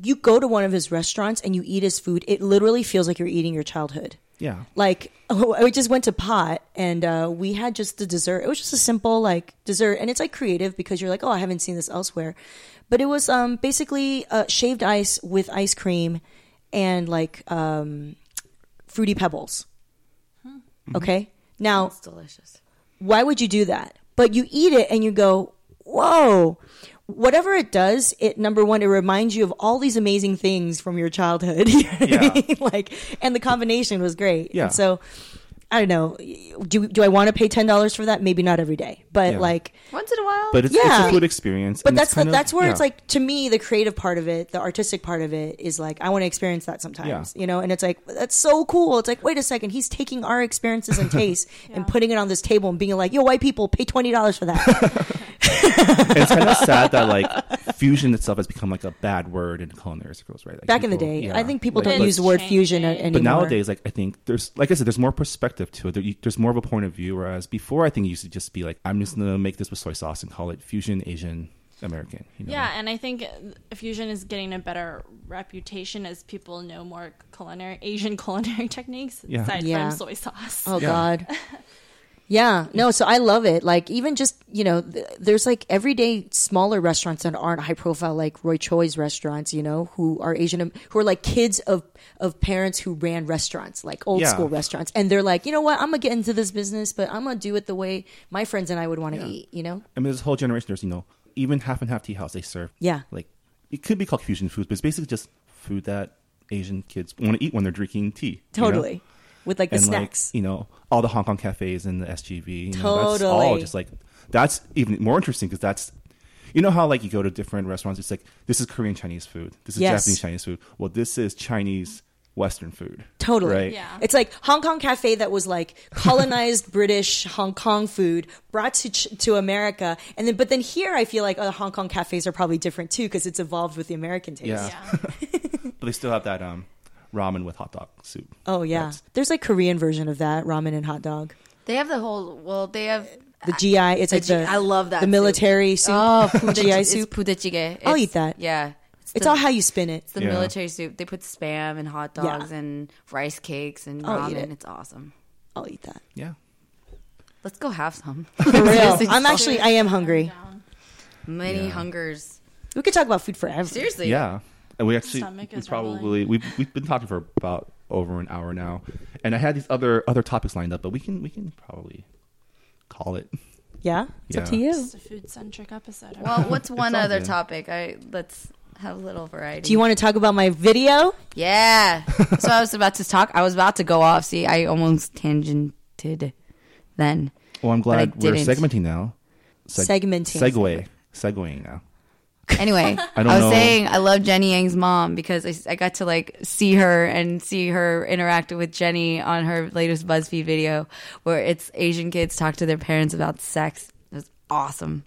you go to one of his restaurants and you eat his food, it literally feels like you're eating your childhood.
Yeah.
Like oh, I just went to Pot and uh, we had just the dessert. It was just a simple like dessert, and it's like creative because you're like, oh, I haven't seen this elsewhere. But it was um, basically uh, shaved ice with ice cream and like um, fruity pebbles. Okay, now
It's delicious.
why would you do that? But you eat it and you go, whoa. Whatever it does, it number one, it reminds you of all these amazing things from your childhood. You know what I
Yeah.
mean? like, and the combination was great.
Yeah.
And so, I don't know. Do do I want to pay ten dollars for that? Maybe not every day, but
Yeah.
like,
Once in a while.
But it's,
Yeah.
it's a food experience.
but
and it's
that's
kind
the,
of-
that's where
yeah.
it's like to me the creative part of it, the artistic part of it is like I want to experience that sometimes,
Yeah.
you know. And it's like that's so cool. It's like wait a second, he's taking our experiences and tastes and putting it on this table and being like, yo, white people, pay twenty dollars for that.
And it's kind of sad that like fusion itself has become like a bad word in culinary circles, right? Like,
back in the
people-
day.
yeah.
I think people
Like,
don't
but-
use the word fusion a-
But
anymore.
But nowadays, like I think there's, like I said, there's more perspective to it. There, you, there's more of a point of view. Whereas before, I think it used to just be like, I'm just gonna make this with soy sauce and call it fusion Asian American. You know?
Yeah, and I think uh, fusion is getting a better reputation as people know more culinary Asian culinary techniques
Yeah.
aside
Yeah.
from soy sauce.
oh
Yeah.
god, yeah, no. So I love it. Like even just you know, th- there's like everyday smaller restaurants that aren't high profile, like Roy Choi's restaurants. You know, who are Asian, who are like kids of of parents who ran restaurants, like old
Yeah.
school restaurants, and they're like, you know what, I'm gonna get into this business, but I'm gonna do it the way my friends and I would want to eat. You know,
I mean, this whole generation, there's you know, even half and half tea house they serve.
Yeah.
Like it could be called fusion foods, but it's basically just food that Asian kids want to eat when they're drinking tea. you know?
totally. With like the
and
snacks.
like you know all the Hong Kong cafes and the SGV. You know, that's all
Totally.
just like that's even more interesting because that's you know how like you go to different restaurants. It's like this is Korean Chinese food. This is
Yes.
Japanese Chinese food. Well, this is Chinese Western food.
Totally.
Right.
Yeah.
It's like Hong Kong cafe that was like colonized British Hong Kong food brought to ch- to America, and then but then here I feel like oh, the Hong Kong cafes are probably different too because it's evolved with the American taste.
Yeah. but they still have that um, ramen with hot dog soup.
Oh yeah. There's like Korean version of that ramen and hot dog.
they have the whole. Well, they have.
The GI. It's like
G-
the
I love that
the
soup.
military soup. Oh, GI
it's
soup.
pudechige.
I'll
It's-
eat that.
Yeah.
It's
the-
all how you spin it.
It's the
Yeah.
military soup. They put spam and hot
Yeah.
dogs and rice cakes and
I'll eat
ramen.
it.
It's awesome.
I'll eat that.
Yeah.
Let's go have some.
For real.
Seriously,
I'm
so-
actually I am hungry.
many
Yeah.
hungers.
We could talk about food forever.
Seriously.
Yeah. And we actually
stomach
we
is rumbling.
probably we've we've been talking for about over an hour now, and I had these other other topics lined up, but we can we can probably call it.
Yeah. It's up
Yeah.
to you.
It's a food centric episode.
Well, what's one
all
other
good.
topic? I let's have a little variety.
Do you want to talk about my video?
Yeah. so I was about to talk. I was about to go off. See, I almost tangented then.
Well,
I
I'm glad we're
didn't.
segmenting now.
Segmenting.
Segue. Segueing now.
Anyway,
I don't
was
know.
saying I love Jenny Yang's mom because I, s- I got to like see her and see her interact with Jenny on her latest BuzzFeed video where it's Asian kids talk to their parents about sex. It was awesome.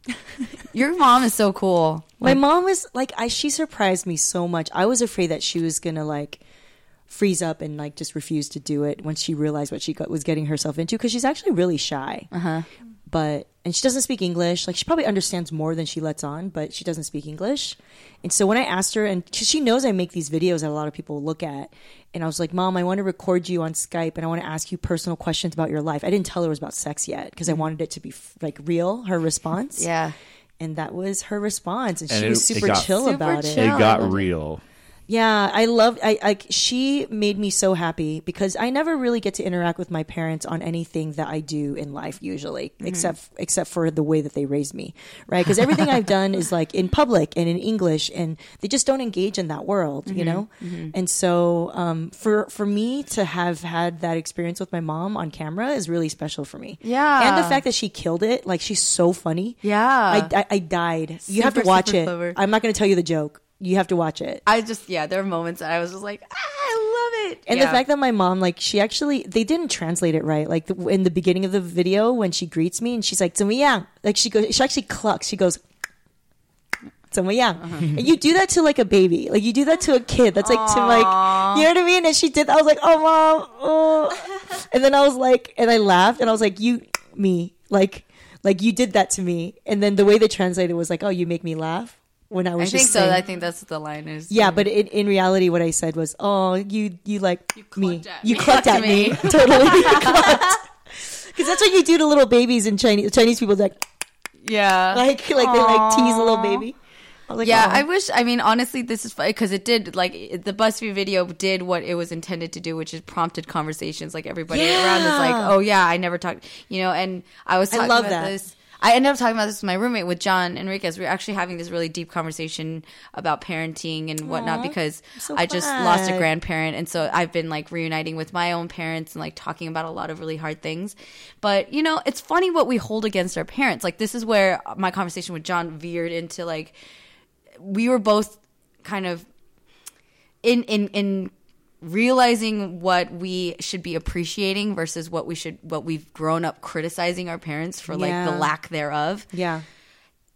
Your mom is so cool.
My mom was like, I she surprised me so much. I was afraid that she was gonna like freeze up and like just refuse to do it once she realized what she got, was getting herself into because she's actually really shy. But and she doesn't speak English. Like she probably understands more than she lets on, but she doesn't speak English. And so when I asked her, and 'cause she knows I make these videos that a lot of people look at, and I was like, "Mom, I want to record you on Skype, and I want to ask you personal questions about your life." I didn't tell her it was about sex yet because I wanted it to be f- like real. Her response,
Yeah.
and that was her response and,
And
she
it-
was
it
super
got-
chill
Super
about
chill. Yeah,
Oh, it
it
I love
got
it.
real.
yeah i loved i like she made me so happy because i never really get to interact with my parents on anything that i do in life usually
Mm-hmm.
except except for the way that they raised me right because everything i've done is like in public and in english and they just don't engage in that world you
Mm-hmm.
know and so um, for for me to have had that experience with my mom on camera is really special for me
Yeah.
and the fact that she killed it like she's so funny
Yeah.
i, I, I died you have to
Super,
watch
super
it.
clever.
I'm not going to tell you the joke. You have to watch it.
I just yeah, there are moments that I was just like, ah, I love it.
And
Yeah.
the fact that my mom, like, she actually, they didn't translate it right. Like, the, in the beginning of the video, when she greets me and she's like, Tsumiya. Like, she goes, she actually clucks. She goes, Tsumiya.
Uh-huh.
And you do that to, like, a baby. Like, you do that to a kid. That's like, to, like, you know what I mean? And she did, I was like, oh, mom. Oh. and then I was like, and I laughed and I was like, you, me. Like, like, you did that to me. And then the way they translated was like, oh, you make me laugh. When I
I
was
think
just
so.
saying-
I think that's what the line is.
yeah, but in, in reality, what I said was, "Oh, you you like me.
clucked at
you
me."
clucked
Clucked
at me,
me.
totally." Because that's what you do to little babies in Chinese. Chinese people like
yeah,
like oh. like they like tease a little baby. I was like,
yeah.
"Aw."
I wish. I mean, honestly, this is because it did like it- the Buzzfeed video did what it was intended to do, which is prompted conversations. Like everybody around is like, "Oh yeah, I never talked," you know. And I was
I
talking
love
about
that.
this. I ended up talking about this with my roommate, with John Enriquez. We were actually having this really deep conversation about parenting and whatnot because
so
I just lost a
glad.
grandparent, and so I've been like reuniting with my own parents and like talking about a lot of really hard things. But you know, it's funny what we hold against our parents. Like this is where my conversation with John veered into like we were both kind of in in in realizing what we should be appreciating versus what we should what we've grown up criticizing our parents for like
Yeah.
the lack thereof
yeah,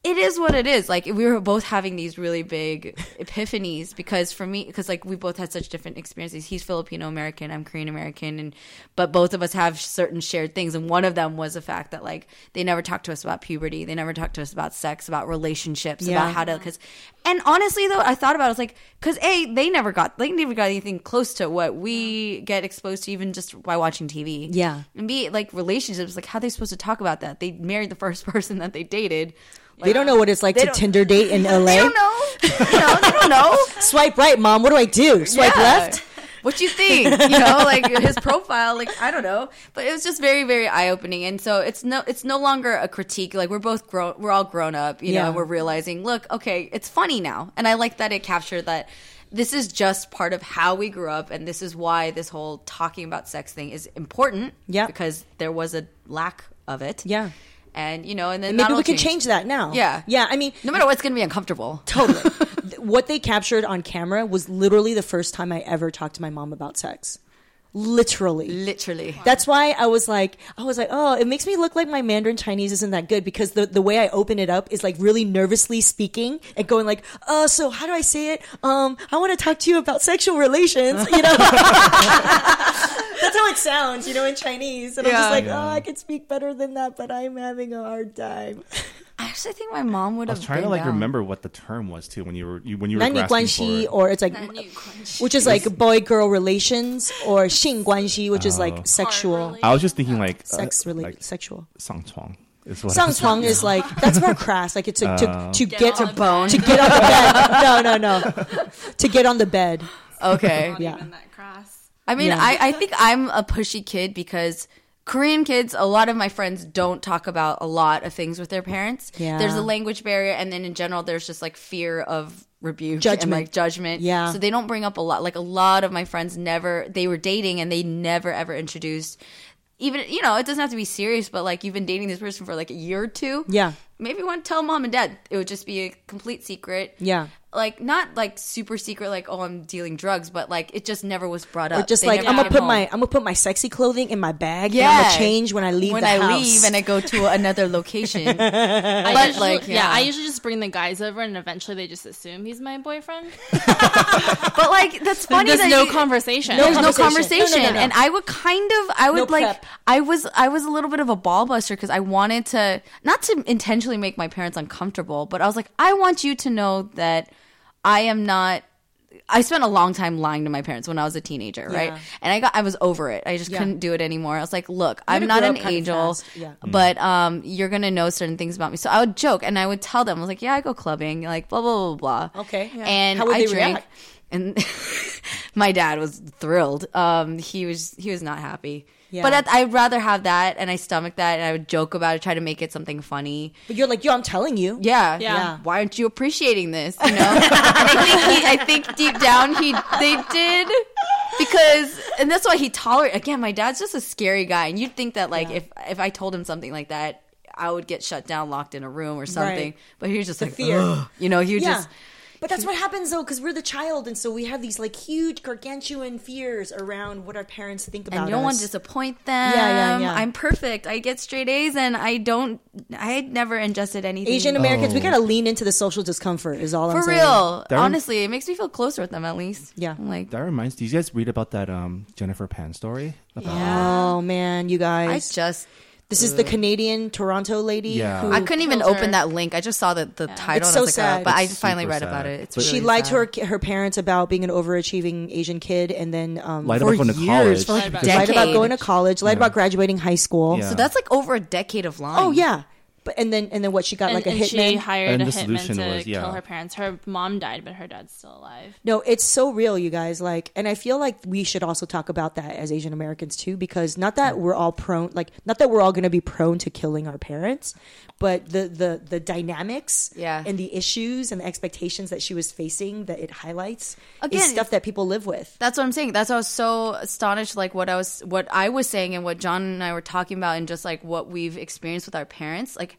it is what it is. Like we were both having these really big epiphanies because for me, because like we both had such different experiences. He's Filipino American, I'm Korean American, and but both of us have certain shared things. And one of them was the fact that like they never talked to us about puberty, they never talked to us about sex, about relationships,
Yeah.
about how to. Because and honestly though, I thought about it, I was like, because a they never got they never got anything close to what we get exposed to even just by watching TV.
Yeah.
and be like relationships, like how are they supposed to talk about that? They married the first person that they dated.
they don't know what it's like
They
to
don't-
Tinder date in
They
LA.
don't know. You know, they don't know.
Swipe right, mom. What do I do? Swipe
Yeah.
left.
What you think? You know, like his profile, like I don't know. But it was just very, very eye opening. And so it's no it's no longer a critique. Like we're both grown we're all grown up, you
Yeah.
know, and we're realizing, look, okay, it's funny now. And I like that it captured that this is just part of how we grew up and this is why this whole talking about sex thing is important.
Yeah.
Because there was a lack of it.
Yeah.
And you know, and then
Maybe
that'll
we can change that now.
Yeah.
yeah. I mean,
No matter what, it's gonna be uncomfortable.
Totally. Th- what they captured on camera was literally the first time I ever talked to my mom about sex. Literally.
Literally.
That's why I was like, I was like, oh, it makes me look like my Mandarin Chinese isn't that good because the, the way I open it up is like really nervously speaking and going like, oh, so how do I say it? Um, I want to talk to you about sexual relations, you know? That's how it sounds, you know, in Chinese. And I'm
Yeah.
just like, oh, I could speak better than that, but I'm having a hard time.
I actually think my mom would
I
have.
was trying
been
to like
down.
remember what the term was too when you were you, when you were
Nanny
grasping for
guanxi,
it.
or it's like, which is like boy girl relations, or 性关系, which is like sexual,
I was just thinking like
sex
uh,
related,
like
sexual.
song chuang is what I was-
Sangchuang is like that's more crass. Like it's a, to to get, to
on the
bone to get on the bed. No, no, no. To get on the bed.
Okay.
Yeah.
even that cross.
I mean,
Yeah.
I, I think I'm a pushy kid because Korean kids, a lot of my friends don't talk about a lot of things with their parents.
Yeah.
There's a language barrier, and then in general, there's just like fear of rebuke
Judgment.
and like judgment.
Yeah.
So they don't bring up a lot. Like a lot of my friends never, they were dating and they never ever introduced. Even you know, it doesn't have to be serious, but like you've been dating this person for like a year or two.
Yeah.
Maybe one tell mom and dad. It would just be a complete secret.
Yeah.
Like not like super secret, like oh I'm dealing drugs, but like it just never was brought
Or
up.
just
They
like
never
I'm gonna
came
put
home.
my I'm gonna put my sexy clothing in my bag. Yeah, and I'm gonna change when I leave
when
the
I
house.
leave and I go to another location.
I
But,
usually-
like, yeah.
I usually just bring the guys over, and eventually they just assume he's my boyfriend.
but like that's funny.
There's
that
no
you-
conversation.
There's no
conversation. No, no, no,
conversation,
no.
and I would kind of, I would
No
like,
prep.
I was, I was a little bit of a ball buster because I wanted to, not to intentionally make my parents uncomfortable, but I was like, I want you to know that I am not. I spent a long time lying to my parents when I was a teenager,
Yeah.
right? And I got, I was over it. I just
Yeah.
couldn't do it anymore. I was like, look, I'm
gotta
not
grow
an
up kinda
angel,
fast. Yeah.
but um, you're gonna know certain things about me. So I would joke and I would tell them, I was like, yeah, I go clubbing, like blah blah blah blah.
Okay. Yeah.
and
How would
I
they
drank,
react?
and my dad was thrilled. Um, he was he was not happy.
Yeah.
But at, I'd rather have that, and I stomach that, and I would joke about it, try to make it something funny.
but you're like, yo, I'm telling you.
Yeah,
Yeah. Yeah.
Why aren't you appreciating this? You know, and I think he, I think deep down he they did because, and that's why he tolerated. Again, my dad's just a scary guy, and you'd think that like if if I told him something like that, I would get shut down, locked in a room or something. But he was just like
fear.
"Ugh," You know, he would
Yeah.
just
But that's what happens though, because we're the child, and so we have these like huge gargantuan fears around what our parents think about
and you don't want
us.
to disappoint them.
yeah, yeah.
I'm perfect. I get straight A's, and I don't. I had never ingested anything.
Asian Americans, we gotta lean into the social discomfort. Is all I'm
for
saying.
real.
Darren-
Honestly, it makes me feel closer with them at least.
Yeah.
I'm like
That reminds. Do you guys read about that um, Jennifer Pan story? About,
Oh man,
I
you guys,
just.
this is the Canadian Toronto lady.
Yeah.
who
I couldn't even
killed
open
her.
that link. I just saw the, the title.
It's
and I was
so
like, oh,
sad.
but I
It's
finally
super
read
sad.
about it. It's
But-
she
really
lied
sad.
to her ki- her parents about being an overachieving Asian kid, and then um,
Lied
for
about going to college.
years, for like
Lied
lied
about-
about,
Decade.
going to college, lied about graduating high school.
Yeah.
So that's like over a decade of lying.
Oh yeah, but and then and then what she got
And,
like a
and she
hitman.
hired
And
a
the
hitman
solution
to
was, yeah.
kill her parents. Her mom died, but her dad's still alive.
No, it's so real, you guys. Like, and I feel like we should also talk about that as Asian Americans too, because not that we're all prone, like, not that we're all going to be prone to killing our parents, but the the the dynamics,
Yeah.
and the issues and the expectations that she was facing that it highlights
Again,
is stuff that people live with.
That's what I'm saying. That's why I was so astonished, like what I was, what I was saying, and what John and I were talking about, and just like what we've experienced with our parents. Like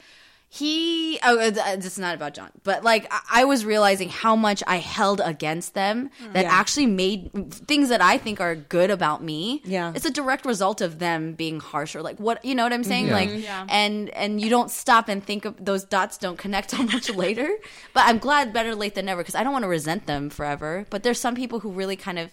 he, oh, uh, th- it's not about John, but like I, I was realizing how much I held against them that
Yeah.
actually made things that I think are good about me.
Yeah.
it's a direct result of them being harsher. Like what you know what I'm saying?
Yeah.
Like
Yeah.
and and you don't stop and think of those dots don't connect till much later but i'm glad better late than never because i don't want to resent them forever but there's some people who really kind of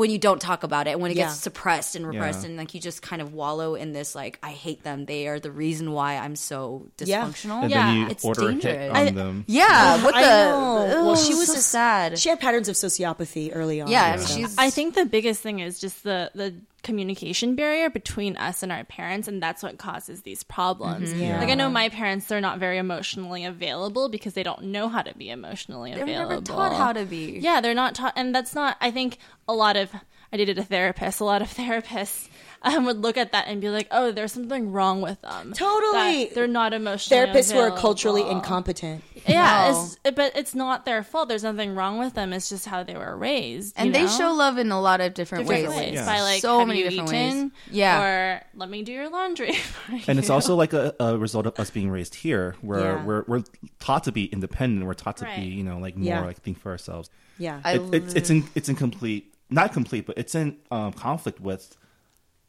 when you don't talk about it when it
Yeah.
gets suppressed and repressed
Yeah.
and like you just kind of wallow in this like i hate them they are the reason why i'm so
Yeah.
dysfunctional
And
Yeah,
then you
it's
order a hit
dangerous.
on
I-
them.
yeah what
I
the
know.
well
Well,
she
she
was
was
so
just-
sad
She had patterns of sociopathy early on.
yeah,
and stuff.
she's
I think the biggest thing is just the the communication barrier between us and our parents, and that's what causes these problems.
Yeah.
Like I know my parents, they're not very emotionally available because they don't know how to be emotionally
they're
available.
never taught how to be
Yeah, they're not taught, and that's not. I think a lot of I dated a therapist. A lot of therapists um, would look at that and be like, "Oh, there's something wrong with them.
Totally.
That they're not emotionally
therapists who are
available.
uh,
culturally incompetent.
Yeah,
No.
it's, but it's not their fault. There's nothing wrong with them. It's just how they were raised.
and
you
they
know?
show love in a lot of different,
different
ways.
ways by like
so
have
many
you
different
eaten?
ways yeah
or let me do your laundry. for
And it's
you.
also like a, a result of us being raised here, where
Yeah.
we're, we're taught to be independent. We're taught to
Right.
be, you know, like more
Yeah.
like think for ourselves.
Yeah.
I
It, it's it's in it's incomplete, not complete, but it's in um, conflict with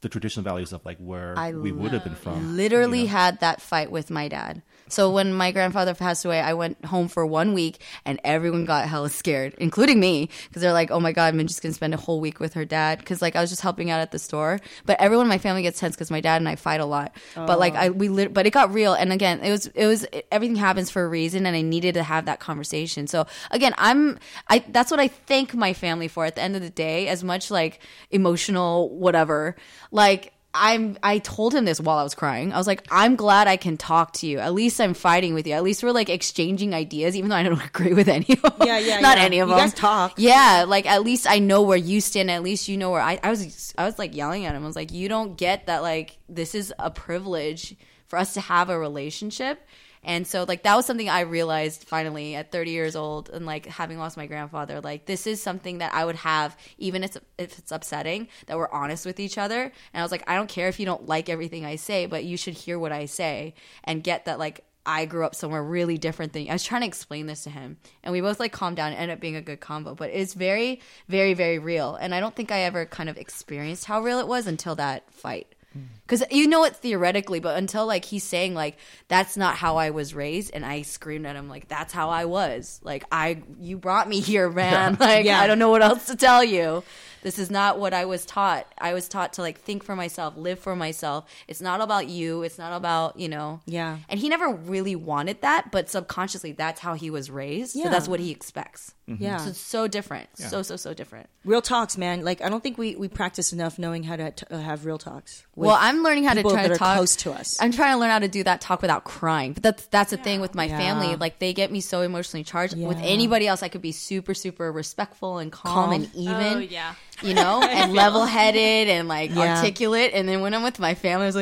the traditional values of like where
I
we would have been from.
literally had that fight with my dad. So when my grandfather passed away, I went home for one week, and everyone got hella scared, including me, because they're like, "Oh my god, I'm just gonna spend a whole week with her dad." Because like I was just helping out at the store, but everyone in my family gets tense because my dad and I fight a lot. But like I we lit- but it got real, and again, it was it was everything happens for a reason, and I needed to have that conversation. So again, I'm I that's what I thank my family for at the end of the day, as much like emotional whatever, like. I'm I told him this while I was crying. I was like, I'm glad I can talk to you. At least I'm fighting with you. At least we're like exchanging ideas, even though I don't agree with any of them.
Yeah, yeah,
Not
yeah.
any of
You
them.
guys talk.
Yeah, like at least I know where you stand. At least you know where I I was I was like yelling at him. I was like, You don't get that like this is a privilege for us to have a relationship. And so like that was something I realized finally at 30 years old and like having lost my grandfather like this is something that I would have even if it's, if it's upsetting that we're honest with each other and I was like I don't care if you don't like everything I say but you should hear what I say and get that like I grew up somewhere really different than you. I was trying to explain this to him and we both like calmed down and ended up being a good combo but it's very very very real and I don't think I ever kind of experienced how real it was until that fight
Hmm.
because you know it theoretically, but until like he's saying like that's not how I was raised, and I screamed at him like that's how I was. Like I, you brought me here, man. Like
Yeah.
I don't know what else to tell you. This is not what I was taught. I was taught to like think for myself, live for myself. It's not about you. It's not about you know.
Yeah.
And he never really wanted that, but subconsciously that's how he was raised. So
Yeah. Mm-hmm.
that's what he expects.
Yeah.
So it's so different. So so so different.
Real talks, man. Like I don't think we we practice enough knowing how to t- uh, have real talks. with
Well, I'm learning how to
people
try
that
to
are
talk
close to us.
I'm trying to learn how to do that talk without crying. But that's that's the thing with my family.
Yeah.
Like they get me so emotionally charged. With
Yeah.
anybody else, I could be super super respectful and calm,
Calm.
and even.
Oh yeah.
You know, and level headed and like
Yeah.
articulate. And then when I'm with my family, I was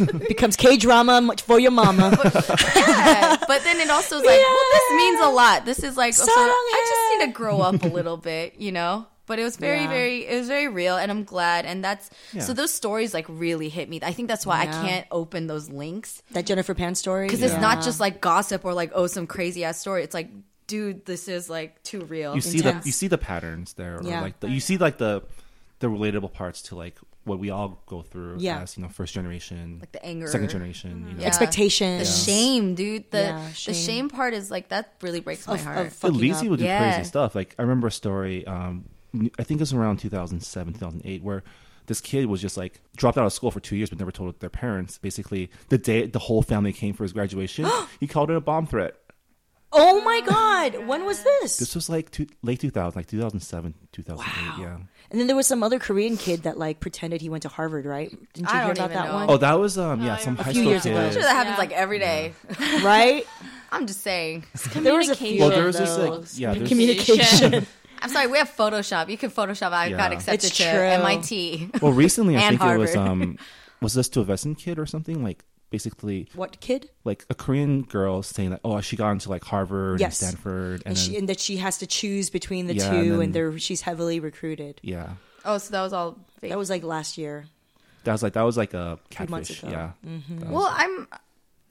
like,
becomes K drama for your mama.
Yeah. but then it also is like, well, this means a lot. This is like, also,
long
I just need to grow up a little bit, you know. but it was very,
Yeah.
very, it was very real, and I'm glad. And that's
Yeah.
so those stories like really hit me. I think that's why I can't open those links
That Jennifer Pan story.
because it's not just like gossip or like oh some crazy ass story. It's like dude, this is like too real.
you see the
Intense.
you see the patterns there, or
Yeah.
like the, you see like the the relatable parts to like what we all go through
Yeah.
as you know first generation, like
the anger. Mm-hmm.
second generation, you know.
uh, the
expectations.
shame, dude. The
Yeah,
the shame
shame.
part is like that really breaks my
of,
heart.
of
But
fucking
Lizzie
up.
would do
Yeah.
crazy stuff. Like I remember a story. Um, I think it was around 2007, 2008, where this kid was just like dropped out of school for two years, but never told their parents. Basically, the day the whole family came for his graduation, he called it a bomb threat.
Oh my god, when was this?
This was like two, late 2000, like 2007, 2008. Yeah.
And then there was some other Korean kid that like pretended he went to Harvard, right? Didn't you
I
hear
don't
about
even
that
know.
Oh, that was um, yeah, some high
few
school
years ago.
kid.
I'm sure that happens like every day.
one? Right?
I'm just saying.
there was a few.
Well,
Sure,
there was this like
those
yeah, there's,
Communication.
I'm sorry, we have Photoshop. You can Photoshop. I
Yeah.
got accepted
It's
to
true.
MIT.
well recently I
And
think it was
Harvard.
um, was this to a Vesson kid or something like basically
what kid?
like a Korean girl saying that oh she got into like Harvard
Yes.
and Stanford and,
And, she,
then-
and that she has to choose between the
Yeah,
two,
and
and,
then-
they're, she's heavily recruited.
yeah.
Oh, so that was all fake.
That was like last year.
That was like that was like a
months
catfish.
ago. Mm-hmm.
Yeah. That was-
well, I'm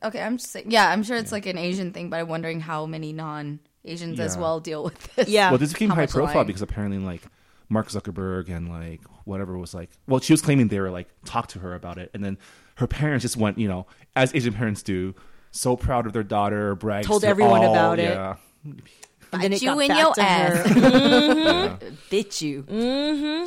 okay. I'm just saying. Yeah, I'm sure it's like an Asian thing, but I'm wondering how many non Asians as
Yeah.
well deal with this.
Yeah.
well, this became
how
high
much
profile
lying?
because apparently like Mark Zuckerberg and like whatever was like well she was claiming they were like talked to her about it and then her parents just went you know as Asian parents do so proud of their daughter brags
Told
to
everyone
all-
about it.
yeah.
and then
Bite
it
you
got
in
back
your
to
ass.
her.
Bit you.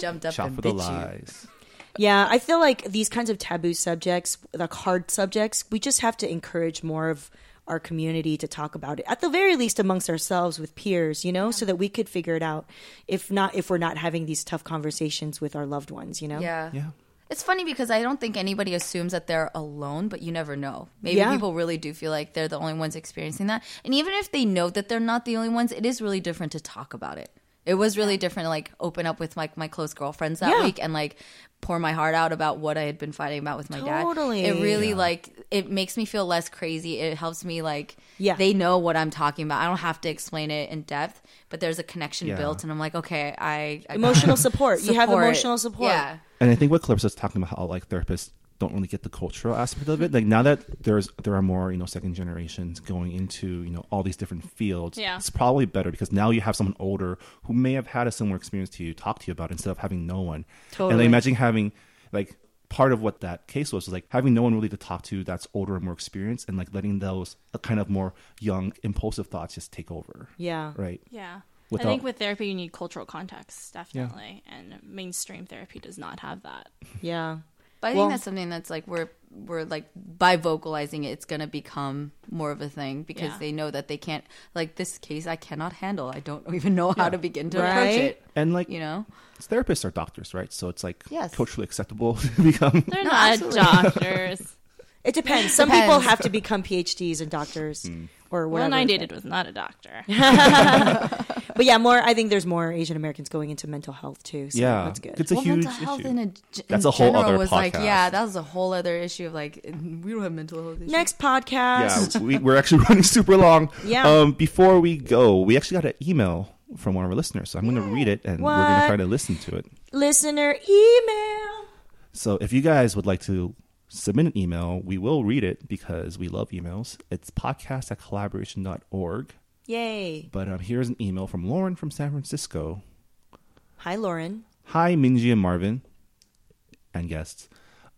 Jumped up
shop
and
for the
bit you.
lies
yeah, I feel like these kinds of taboo subjects, like hard subjects, we just have to encourage more of our community to talk about it at the very least amongst ourselves with peers you know so that we could figure it out if not if we're not having these tough conversations with our loved ones you know
Yeah.
yeah
It's funny because I don't think anybody assumes that they're alone, but you never know. Maybe
Yeah.
people really do feel like they're the only ones experiencing that. And even if they know that they're not the only ones, it is really different to talk about it. It was really different to like open up with like my close girlfriends that
Yeah.
week and like pour my heart out about what I had been fighting about with my
Totally.
dad. It really like it makes me feel less crazy. It helps me like
Yeah.
they know what I'm talking about. I don't have to explain it in depth, but there's a connection
Yeah.
built and I'm like, okay, I, I
emotional support. You have
support.
emotional support.
Yeah.
And I think what Clarissa's talking about how like therapists don't really get the cultural aspect of it. Like now that there's there are more, you know, second generations going into, you know, all these different fields.
Yeah.
It's probably better because now you have someone older who may have had a similar experience to you talk to you about it instead of having no one. And
Totally.
I imagine having like part of what that case was was like having no one really to talk to that's older and more experienced and like letting those uh, kind of more young impulsive thoughts just take over.
Yeah.
Right.
Yeah. I
Without-
think with therapy, you need cultural context, definitely. And mainstream therapy does not have that.
Yeah.
But I
Well-
think that's something that's like we're we're like by vocalizing it, it's gonna become more of a thing because
Yeah.
they know that they can't like this case I cannot handle. I don't even know how to begin to approach
Right?
it.
And like
You know,
therapists are doctors, right? So it's like
Yes.
culturally acceptable to become
They're not doctors.
It depends. Some people have to become PhDs and doctors
Hmm.
or
the
whatever.
one I dated was not a doctor.
But yeah, more. I think there's more Asian Americans going into mental health too. So
yeah,
that's good.
It's a
well,
huge
mental health
issue.
in a,
That's
in
a whole
general
other
was like
podcast.
yeah, that was a whole other issue of like we don't have mental health issues.
Next
yeah,
podcast.
we, we're actually running super long.
Yeah.
Um, before we go, we actually got an email from one of our listeners, so I'm going to read it and we're going to
What?
try to listen to it.
Listener email.
So if you guys would like to submit an email, we will read it because we love emails. It's podcast at collaboration.org.
Yay.
But um, here's an email from Lauren from San Francisco.
Hi, Lauren.
Hi, Minji and Marvin, and guests.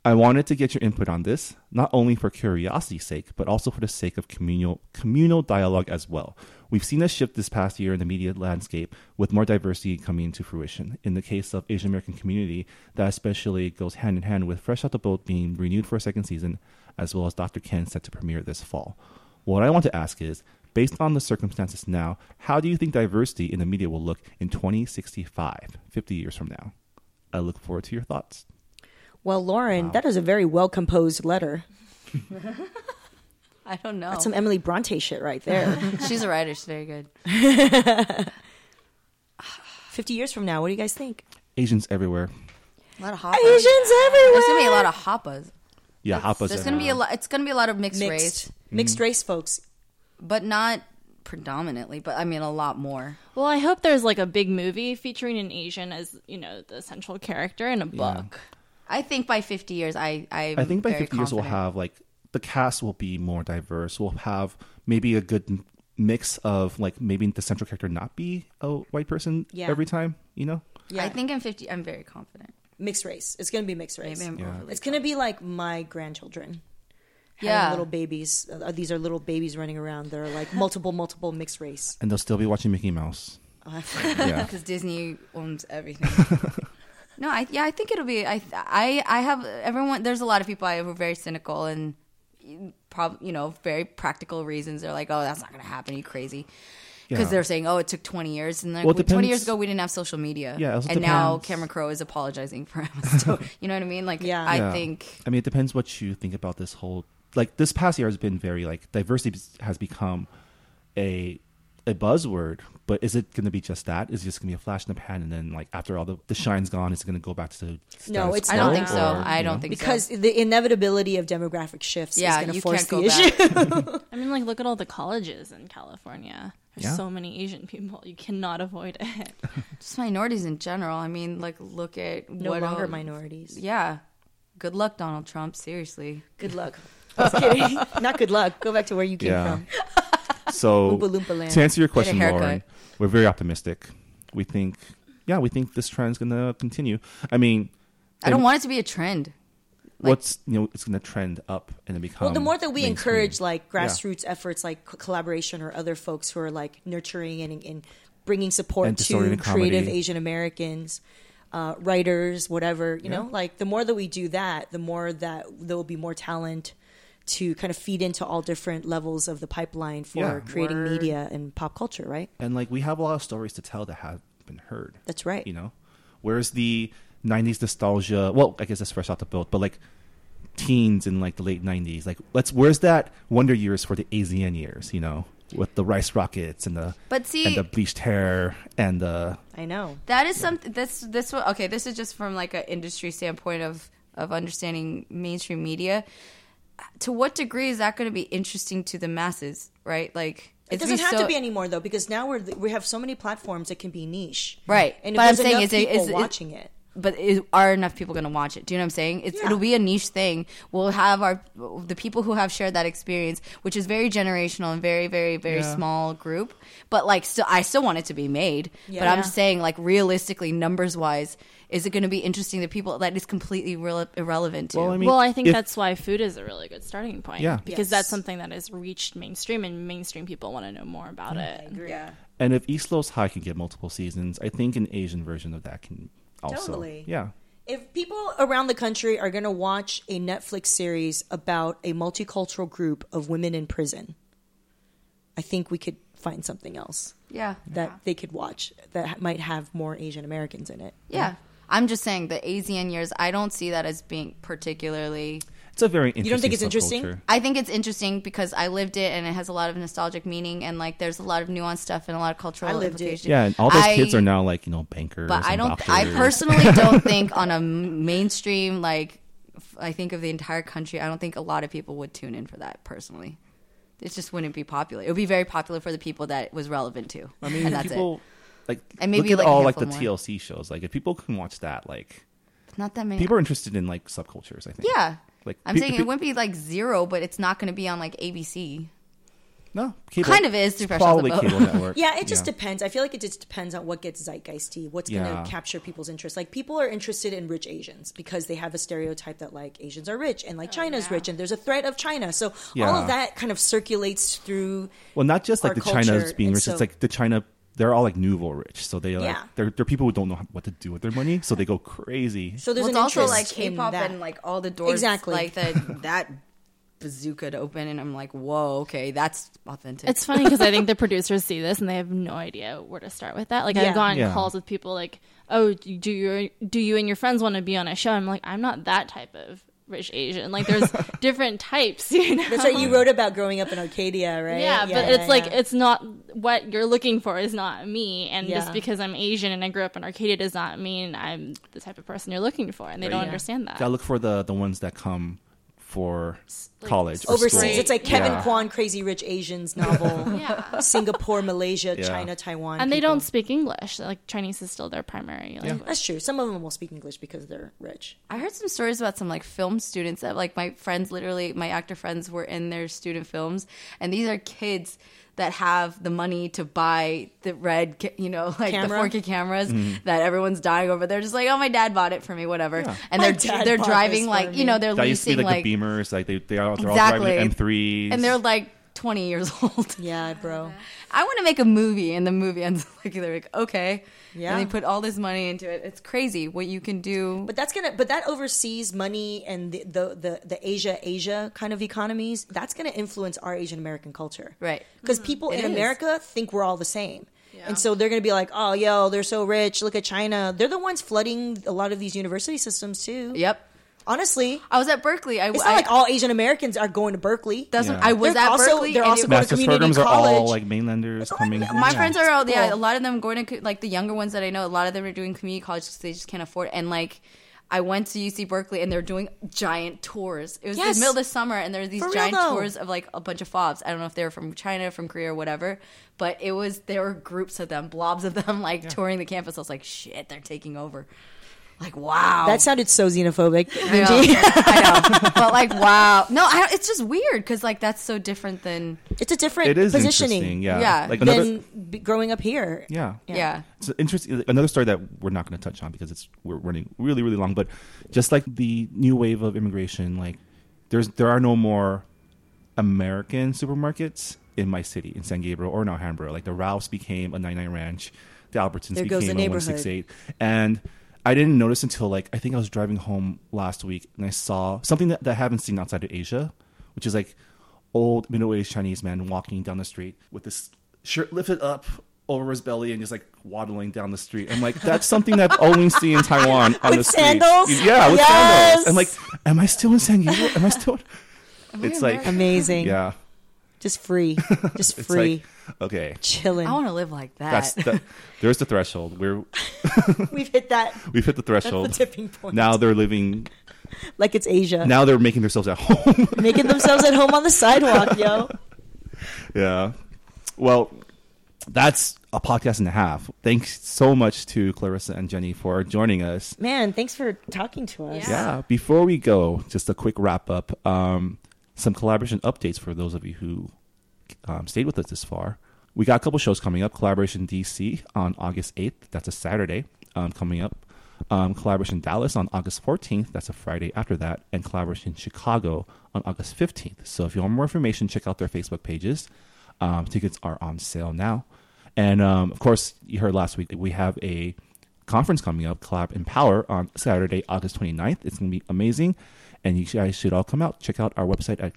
I wanted to get your input on this, not only for curiosity's sake, but also for the sake of communal communal dialogue as well. We've seen a shift this past year in the media landscape with more diversity coming into fruition. In the case of Asian American community, that especially goes hand in hand with Fresh Out the Boat being renewed for a second season, as well as Dr. Ken set to premiere this fall. What I want to ask is, based on the circumstances now, how do you think diversity in the media will look in 2065, 50 years from now? I look forward to your thoughts.
Well, Lauren, that is a very well composed letter.
I don't know.
That's some Emily Bronte shit right there.
She's a writer. She's very good.
50 years from now, what do you guys think?
Asians everywhere.
A lot of hoppas.
Asians everywhere.
There's gonna be a lot of hoppas.
Yeah, hop us
There's gonna be a lot. It's gonna be a lot of mixed,
mixed,
race,
mixed race folks.
but not predominantly, but I mean a lot more.
Well, I hope there's like a big movie featuring an Asian as you know the central character in a book.
I think by 50 years, I i
I think by 50 years we'll have like the cast will be more diverse. We'll have maybe a good m- mix of like maybe the central character not be a white person
Yeah.
every time, you know?
Yeah. I think in 50, I'm very confident.
mixed race. It's going to be mixed race.
Maybe I'm Yeah. overly
It's going to be like my grandchildren. having
Yeah.
little babies. Uh, these are little babies running around. They're like multiple, multiple mixed race.
And they'll still be watching Mickey Mouse. yeah.
because Disney owns everything. no, I yeah, I think it'll be. I I I have everyone. There's a lot of people I who are very cynical and prob you know very practical reasons. They're like, oh, that's not gonna happen. Are you crazy? Because
Yeah.
they're saying, oh, it took 20 years, and like,
Well, it
well, 20
depends-
years ago we didn't have social media,
Yeah, it also
and now
depends.
Cameron Crowe is apologizing for Emma Stone. you know what I mean? Like,
Yeah.
I
Yeah.
think
I mean, it depends what you think about this whole. Like this past year has been very like diversity has become a a buzzword, but is it going to be just that? Is it just going to be a flash in the pan, and then like after all the, the shine's gone, is it going to go back to status
No, it's
I don't
not.
think so.
or,
I
you
don't
know?
think
Because
so.
the inevitability of demographic shifts
Yeah,
is going
you
to force
can't go
the issue.
I mean, like look at all the colleges in California. There's
Yeah.
so many Asian people. You cannot avoid it.
just minorities in general. I mean, like, look at
no
what
longer
el-
minorities.
Yeah, good luck, Donald Trump. Seriously.
Good luck. Just kidding. Not good luck. Go back to where you came
Yeah. um,
from.
So
Oompa Loompa land.
to answer your question,
haircut.
Lauren, we're very optimistic. We think, yeah, we think this trend's going to continue. I mean,
I don't
And-
want it to be a trend.
what's you know, it's going to trend up and then become.
Well, the more that we
mainstream.
encourage like grassroots efforts, like c- collaboration or other folks who are like nurturing and, and bringing support
And
to
distorted
creative
comedy.
Asian Americans, uh, writers, whatever, you know, like the more that we do that, the more that there will be more talent to kind of feed into all different levels of the pipeline for
Yeah.
creating media and pop culture, right?
and like we have a lot of stories to tell that have been heard.
That's right.
You know, whereas the '90s nostalgia, well, I guess that's fresh out the boat, but like teens in like the late '90s, like let's where's that Wonder Years for the ASEAN years? You know, with the rice rockets and the
But see-
and the bleached hair and the
I know.
That is something. This this one. Okay, this is just from like an industry standpoint of of understanding mainstream media. To what degree is that going to be interesting to the masses? Right, like
It
it's
doesn't have
so-
to be anymore though, because now we're we have so many platforms that can be niche,
Right.
And if
But I'm
there's
saying
enough
is it-
people
is it-
watching it.
But is, are enough people going to watch it? Do you know what I'm saying? It's,
Yeah.
It'll be a niche thing. We'll have our the people who have shared that experience, which is very generational and very, very, very
Yeah.
small group. But like, still, I still want it to be made. But I'm
Yeah.
saying, like, realistically, numbers wise, is it going to be interesting to people that is completely rele- irrelevant to?
Well, I mean,
well, I think
if-
that's why food is a really good starting point.
Yeah.
Because
Yes.
that's something that has reached mainstream and mainstream people want to know more about it.
yeah.
and if East Los High can get multiple seasons, I think an Asian version of that can also
Totally.
yeah.
If people around the country are going to watch a Netflix series about a multicultural group of women in prison, I think we could find something else
Yeah.
that they could watch that ha- might have more Asian Americans in it.
yeah. I'm just saying the ASEAN years, I don't see that as being particularly.
It's a very interesting.
don't think it's interesting?
subculture.
I think it's interesting because I lived it and it has a lot of nostalgic meaning and like there's a lot of nuanced stuff and a lot of cultural
I lived it.
implications.
Yeah, and all those
I-
kids are now like you know bankers.
But I
and
don't.
Doctors.
I personally don't think on a m- mainstream like f- I think of the entire country. I don't think a lot of people would tune in for that personally. It just wouldn't be popular. It would be very popular for the people that it was relevant to.
I mean,
and that's
people like
And maybe,
look at
like, a
all like the
handful more.
TLC shows. Like if people can watch that, like
it. Not that many.
people are interested in like subcultures. I think.
yeah.
Like
I'm
pe-
saying
pe-
it wouldn't be like zero, but it's not going to be on like ABC.
No, cable,
Kind of is through
It's
Fresh Off the
probably
Boat.
cable network.
Yeah, it just depends. I feel like it just depends on what gets zeitgeisty, what's
Yeah.
going to capture people's interest. Like people are interested in rich Asians because they have a stereotype that like Asians are rich
Oh,
and like China's rich and there's a threat of China. So all
Yeah.
of that kind of circulates through
Well, not just like
our
the
culture,
China's being
and
rich.
so-
It's like the China. They're all like nouveau rich, so they like
Yeah.
they're they're people who don't know what to do with their money, so they go crazy.
so there's
Well, it's
an
also like
interest in
K-pop
that.
and like all the doors
Exactly.
like that that bazooka to open, and I'm like, whoa, okay, that's authentic.
It's funny because I think the producers see this and they have no idea where to start with that. Like
Yeah.
I've gone
Yeah.
calls with people like, "Oh, do you do you and your friends want to be on a show?" I'm like, "I'm not that type of rich Asian. Like there's different types, you know."
That's what you wrote about growing up in Arcadia, right?
Yeah, but it's
yeah,
like
yeah.
it's not what you're looking for is not me, and
Yeah.
just because I'm Asian and I grew up in Arcadia does not mean I'm the type of person you're looking for, and they don't understand that.
Gotta look for the the ones that come for college or
overseas.
school.
It's like Kevin
Yeah.
Kwan, Crazy Rich Asians novel.
Yeah.
Singapore, Malaysia,
Yeah.
China, Taiwan.
And they
people.
don't speak English. Like Chinese is still their primary language.
That's true. Some of them will speak English because they're rich.
I heard some stories about some like film students that like my friends literally my actor friends were in their student films and these are kids that have the money to buy the red ca- you know like
Camera? Mm-hmm.
the 4K cameras that everyone's dying over they're just like oh my dad bought it for me whatever and they're
My dad
they're
bought
driving
this
like
for
you know they're
That used to be
leasing
like,
like,
the Beamers. Like they, they are, they're all
Exactly.
driving M3s.
and they're like 20 years old
Yeah, bro.
I want to make a movie, and the movie ends like they're like, okay,
Yeah.
and they put all this money into it. It's crazy what you can do.
But that's gonna. But that overseas money and the the the, the Asia Asia kind of economies. That's gonna influence our Asian American culture,
Right.
Because people
It
in
is.
America think we're all the same. And so they're going to be like, oh, yo, they're so rich. Look at China. They're the ones flooding a lot of these university systems, too.
yep,
Honestly,
I was at Berkeley. I,
it's not
I-
like all Asian Americans are going to Berkeley.
that's what-
Yeah.
I was
They're
at
also-
Berkeley.
they're
and
also
it-
going to
master's
community
programs are all
college.
like mainlanders coming.
my
here.
friends are all yeah.
cool.
A lot of them going to co- like the younger ones that I know. A lot of them are doing community college because they just can't afford. it. And like, I went to UC Berkeley and they're doing giant tours. It was
Yes.
the middle of the summer and there were these
For real,
giant
though.
tours of like a bunch of fobs. I don't know if they were from China, from Korea, or whatever. But it was there were groups of them, blobs of them, like touring the campus. I was like, shit, they're taking over. Like wow,
That sounded so xenophobic.
I know. I know. But like wow, no, I, it's just weird because like that's so different than
It's a different
It is interesting.
positioning
Yeah.
Yeah.
Like another,
than b growing up here.
yeah.
yeah.
It's interesting. Another story that we're not going to touch on because it's we're running really really long. But just like the new wave of immigration, like there's there are no more American supermarkets in my city in San Gabriel or in Alhambra. Like the Ralphs became a 99 Ranch, the Albertsons
There goes
became
the
a
neighborhood.
168, and I didn't notice until like I think I was driving home last week and I saw something that, that I haven't seen outside of Asia, which is like old middle-aged Chinese man walking down the street with this shirt lifted up over his belly and just like waddling down the street. I'm like, that's something that I've only seen in Taiwan on
With
the street.
sandals?
Yeah, with
Yes!
sandals. I'm like, am I still in San Diego? Am I still? it's like,
Amazing.
yeah,
Just free. Just
it's
free.
like, okay,
Chilling.
I want to live like that.
that's the, there's the threshold. We're
We've hit that
we've hit the threshold.
tipping point.
Now they're living.
like it's Asia.
Now they're making themselves at home.
Making themselves at home on the sidewalk, yo.
yeah. Well, that's a podcast and a half. Thanks so much to Clarissa and Jenny for joining us.
Man, thanks for talking to us.
Yeah.
Yeah. Before we go, just a quick wrap up. Um, some collaboration updates for those of you who um, stayed with us this far. We got a couple shows coming up. Collaboration DC on August 8th. That's a Saturday um, coming up. Um, collaboration Dallas on August 14th. That's a Friday after that. And Collaboration Chicago on August 15th. So if you want more information, check out their Facebook pages. Um, tickets are on sale now. And um, of course, you heard last week that we have a conference coming up, Collab Empower, on Saturday, August 29th. It's going to be amazing. And you guys should all come out. Check out our website at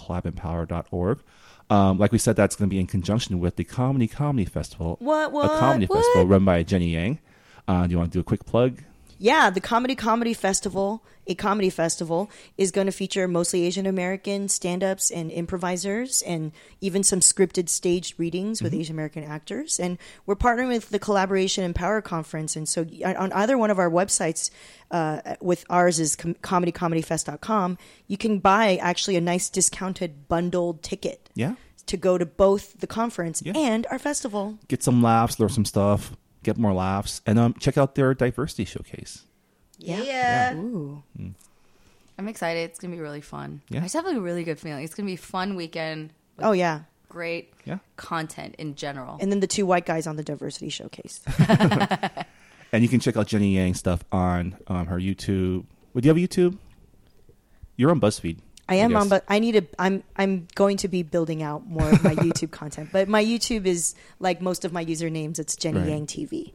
www.collabempower.org. Um, like we said, that's going to be in conjunction with the Comedy Comedy Festival.
What, what,
A comedy
what?
festival run by Jenny Yang. Uh, do you want to do a quick plug?
Yeah, the Comedy Comedy Festival, a comedy festival, is going to feature mostly Asian American stand ups and improvisers and even some scripted staged readings with Asian American actors. And we're partnering with the Collaboration and Power Conference. And so y- on either one of our websites, uh, with ours is com- comedycomedyfest.com, you can buy actually a nice discounted bundled ticket
Yeah.
to go to both the conference
Yeah.
and our festival.
Get some laughs, learn some stuff, get more laughs, and um, check out their diversity showcase.
Yeah.
Ooh. Mm. I'm excited. It's gonna be really fun.
Yeah.
I just have like, a really good feeling. It's gonna be a fun weekend. With
Oh, yeah.
great
Yeah.
content in general.
And then the two white guys on the diversity showcase.
And you can check out Jenny Yang stuff on um, her YouTube. Would you have YouTube? You're on BuzzFeed.
I am
guess.
on, but I need to. I'm I'm going to be building out more of my YouTube content. But my YouTube is like most of my usernames. It's Jenny
Right.
Yang TV.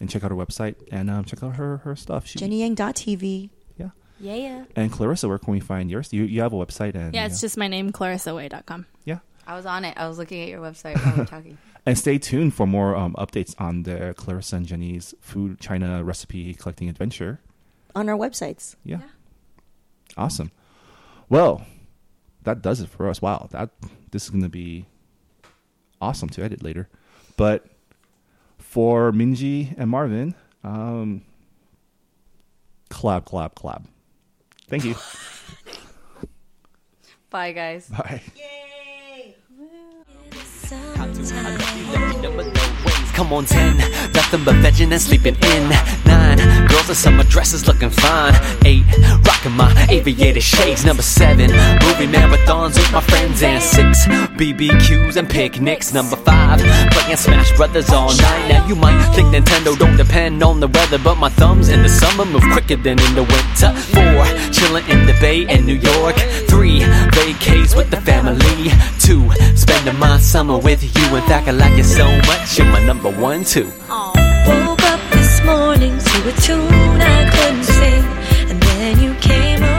and check out her website and um, check out her her stuff. She,
Jenny Yang TV.
yeah.
Yeah, yeah.
And Clarissa, where can we find yours? You you have a website and
Yeah, it's just my name, clarissaway.com.
yeah.
I was on it. I was looking at your website while we were talking.
And stay tuned for more um, updates on the Clarissa and Jenny's food China recipe collecting adventure.
on our websites.
Yeah. Awesome. Well, that does it for us. Wow, that this is gonna be awesome to edit later. But for Minji and Marvin, um, collab, collab, collab. Thank you.
Bye, guys.
Bye.
Come on, ten. Nothing but vegging and sleeping in. Nine. Girls in summer dresses looking fine. Eight. Rocking my aviator shades. Number seven. Movie marathons with my friends. And six. BBQs and picnics. Number five. Playing Smash Brothers all night. Now you might think Nintendo don't depend on the weather, but my thumbs in the summer move quicker than in the winter. Four. Chilling in the bay in New York. Three. Vacays with the family. Two. Spending my summer with you. In fact, I like it so much. You're my number one, too.
Woke up this morning to a tune I couldn't sing, and then you came over.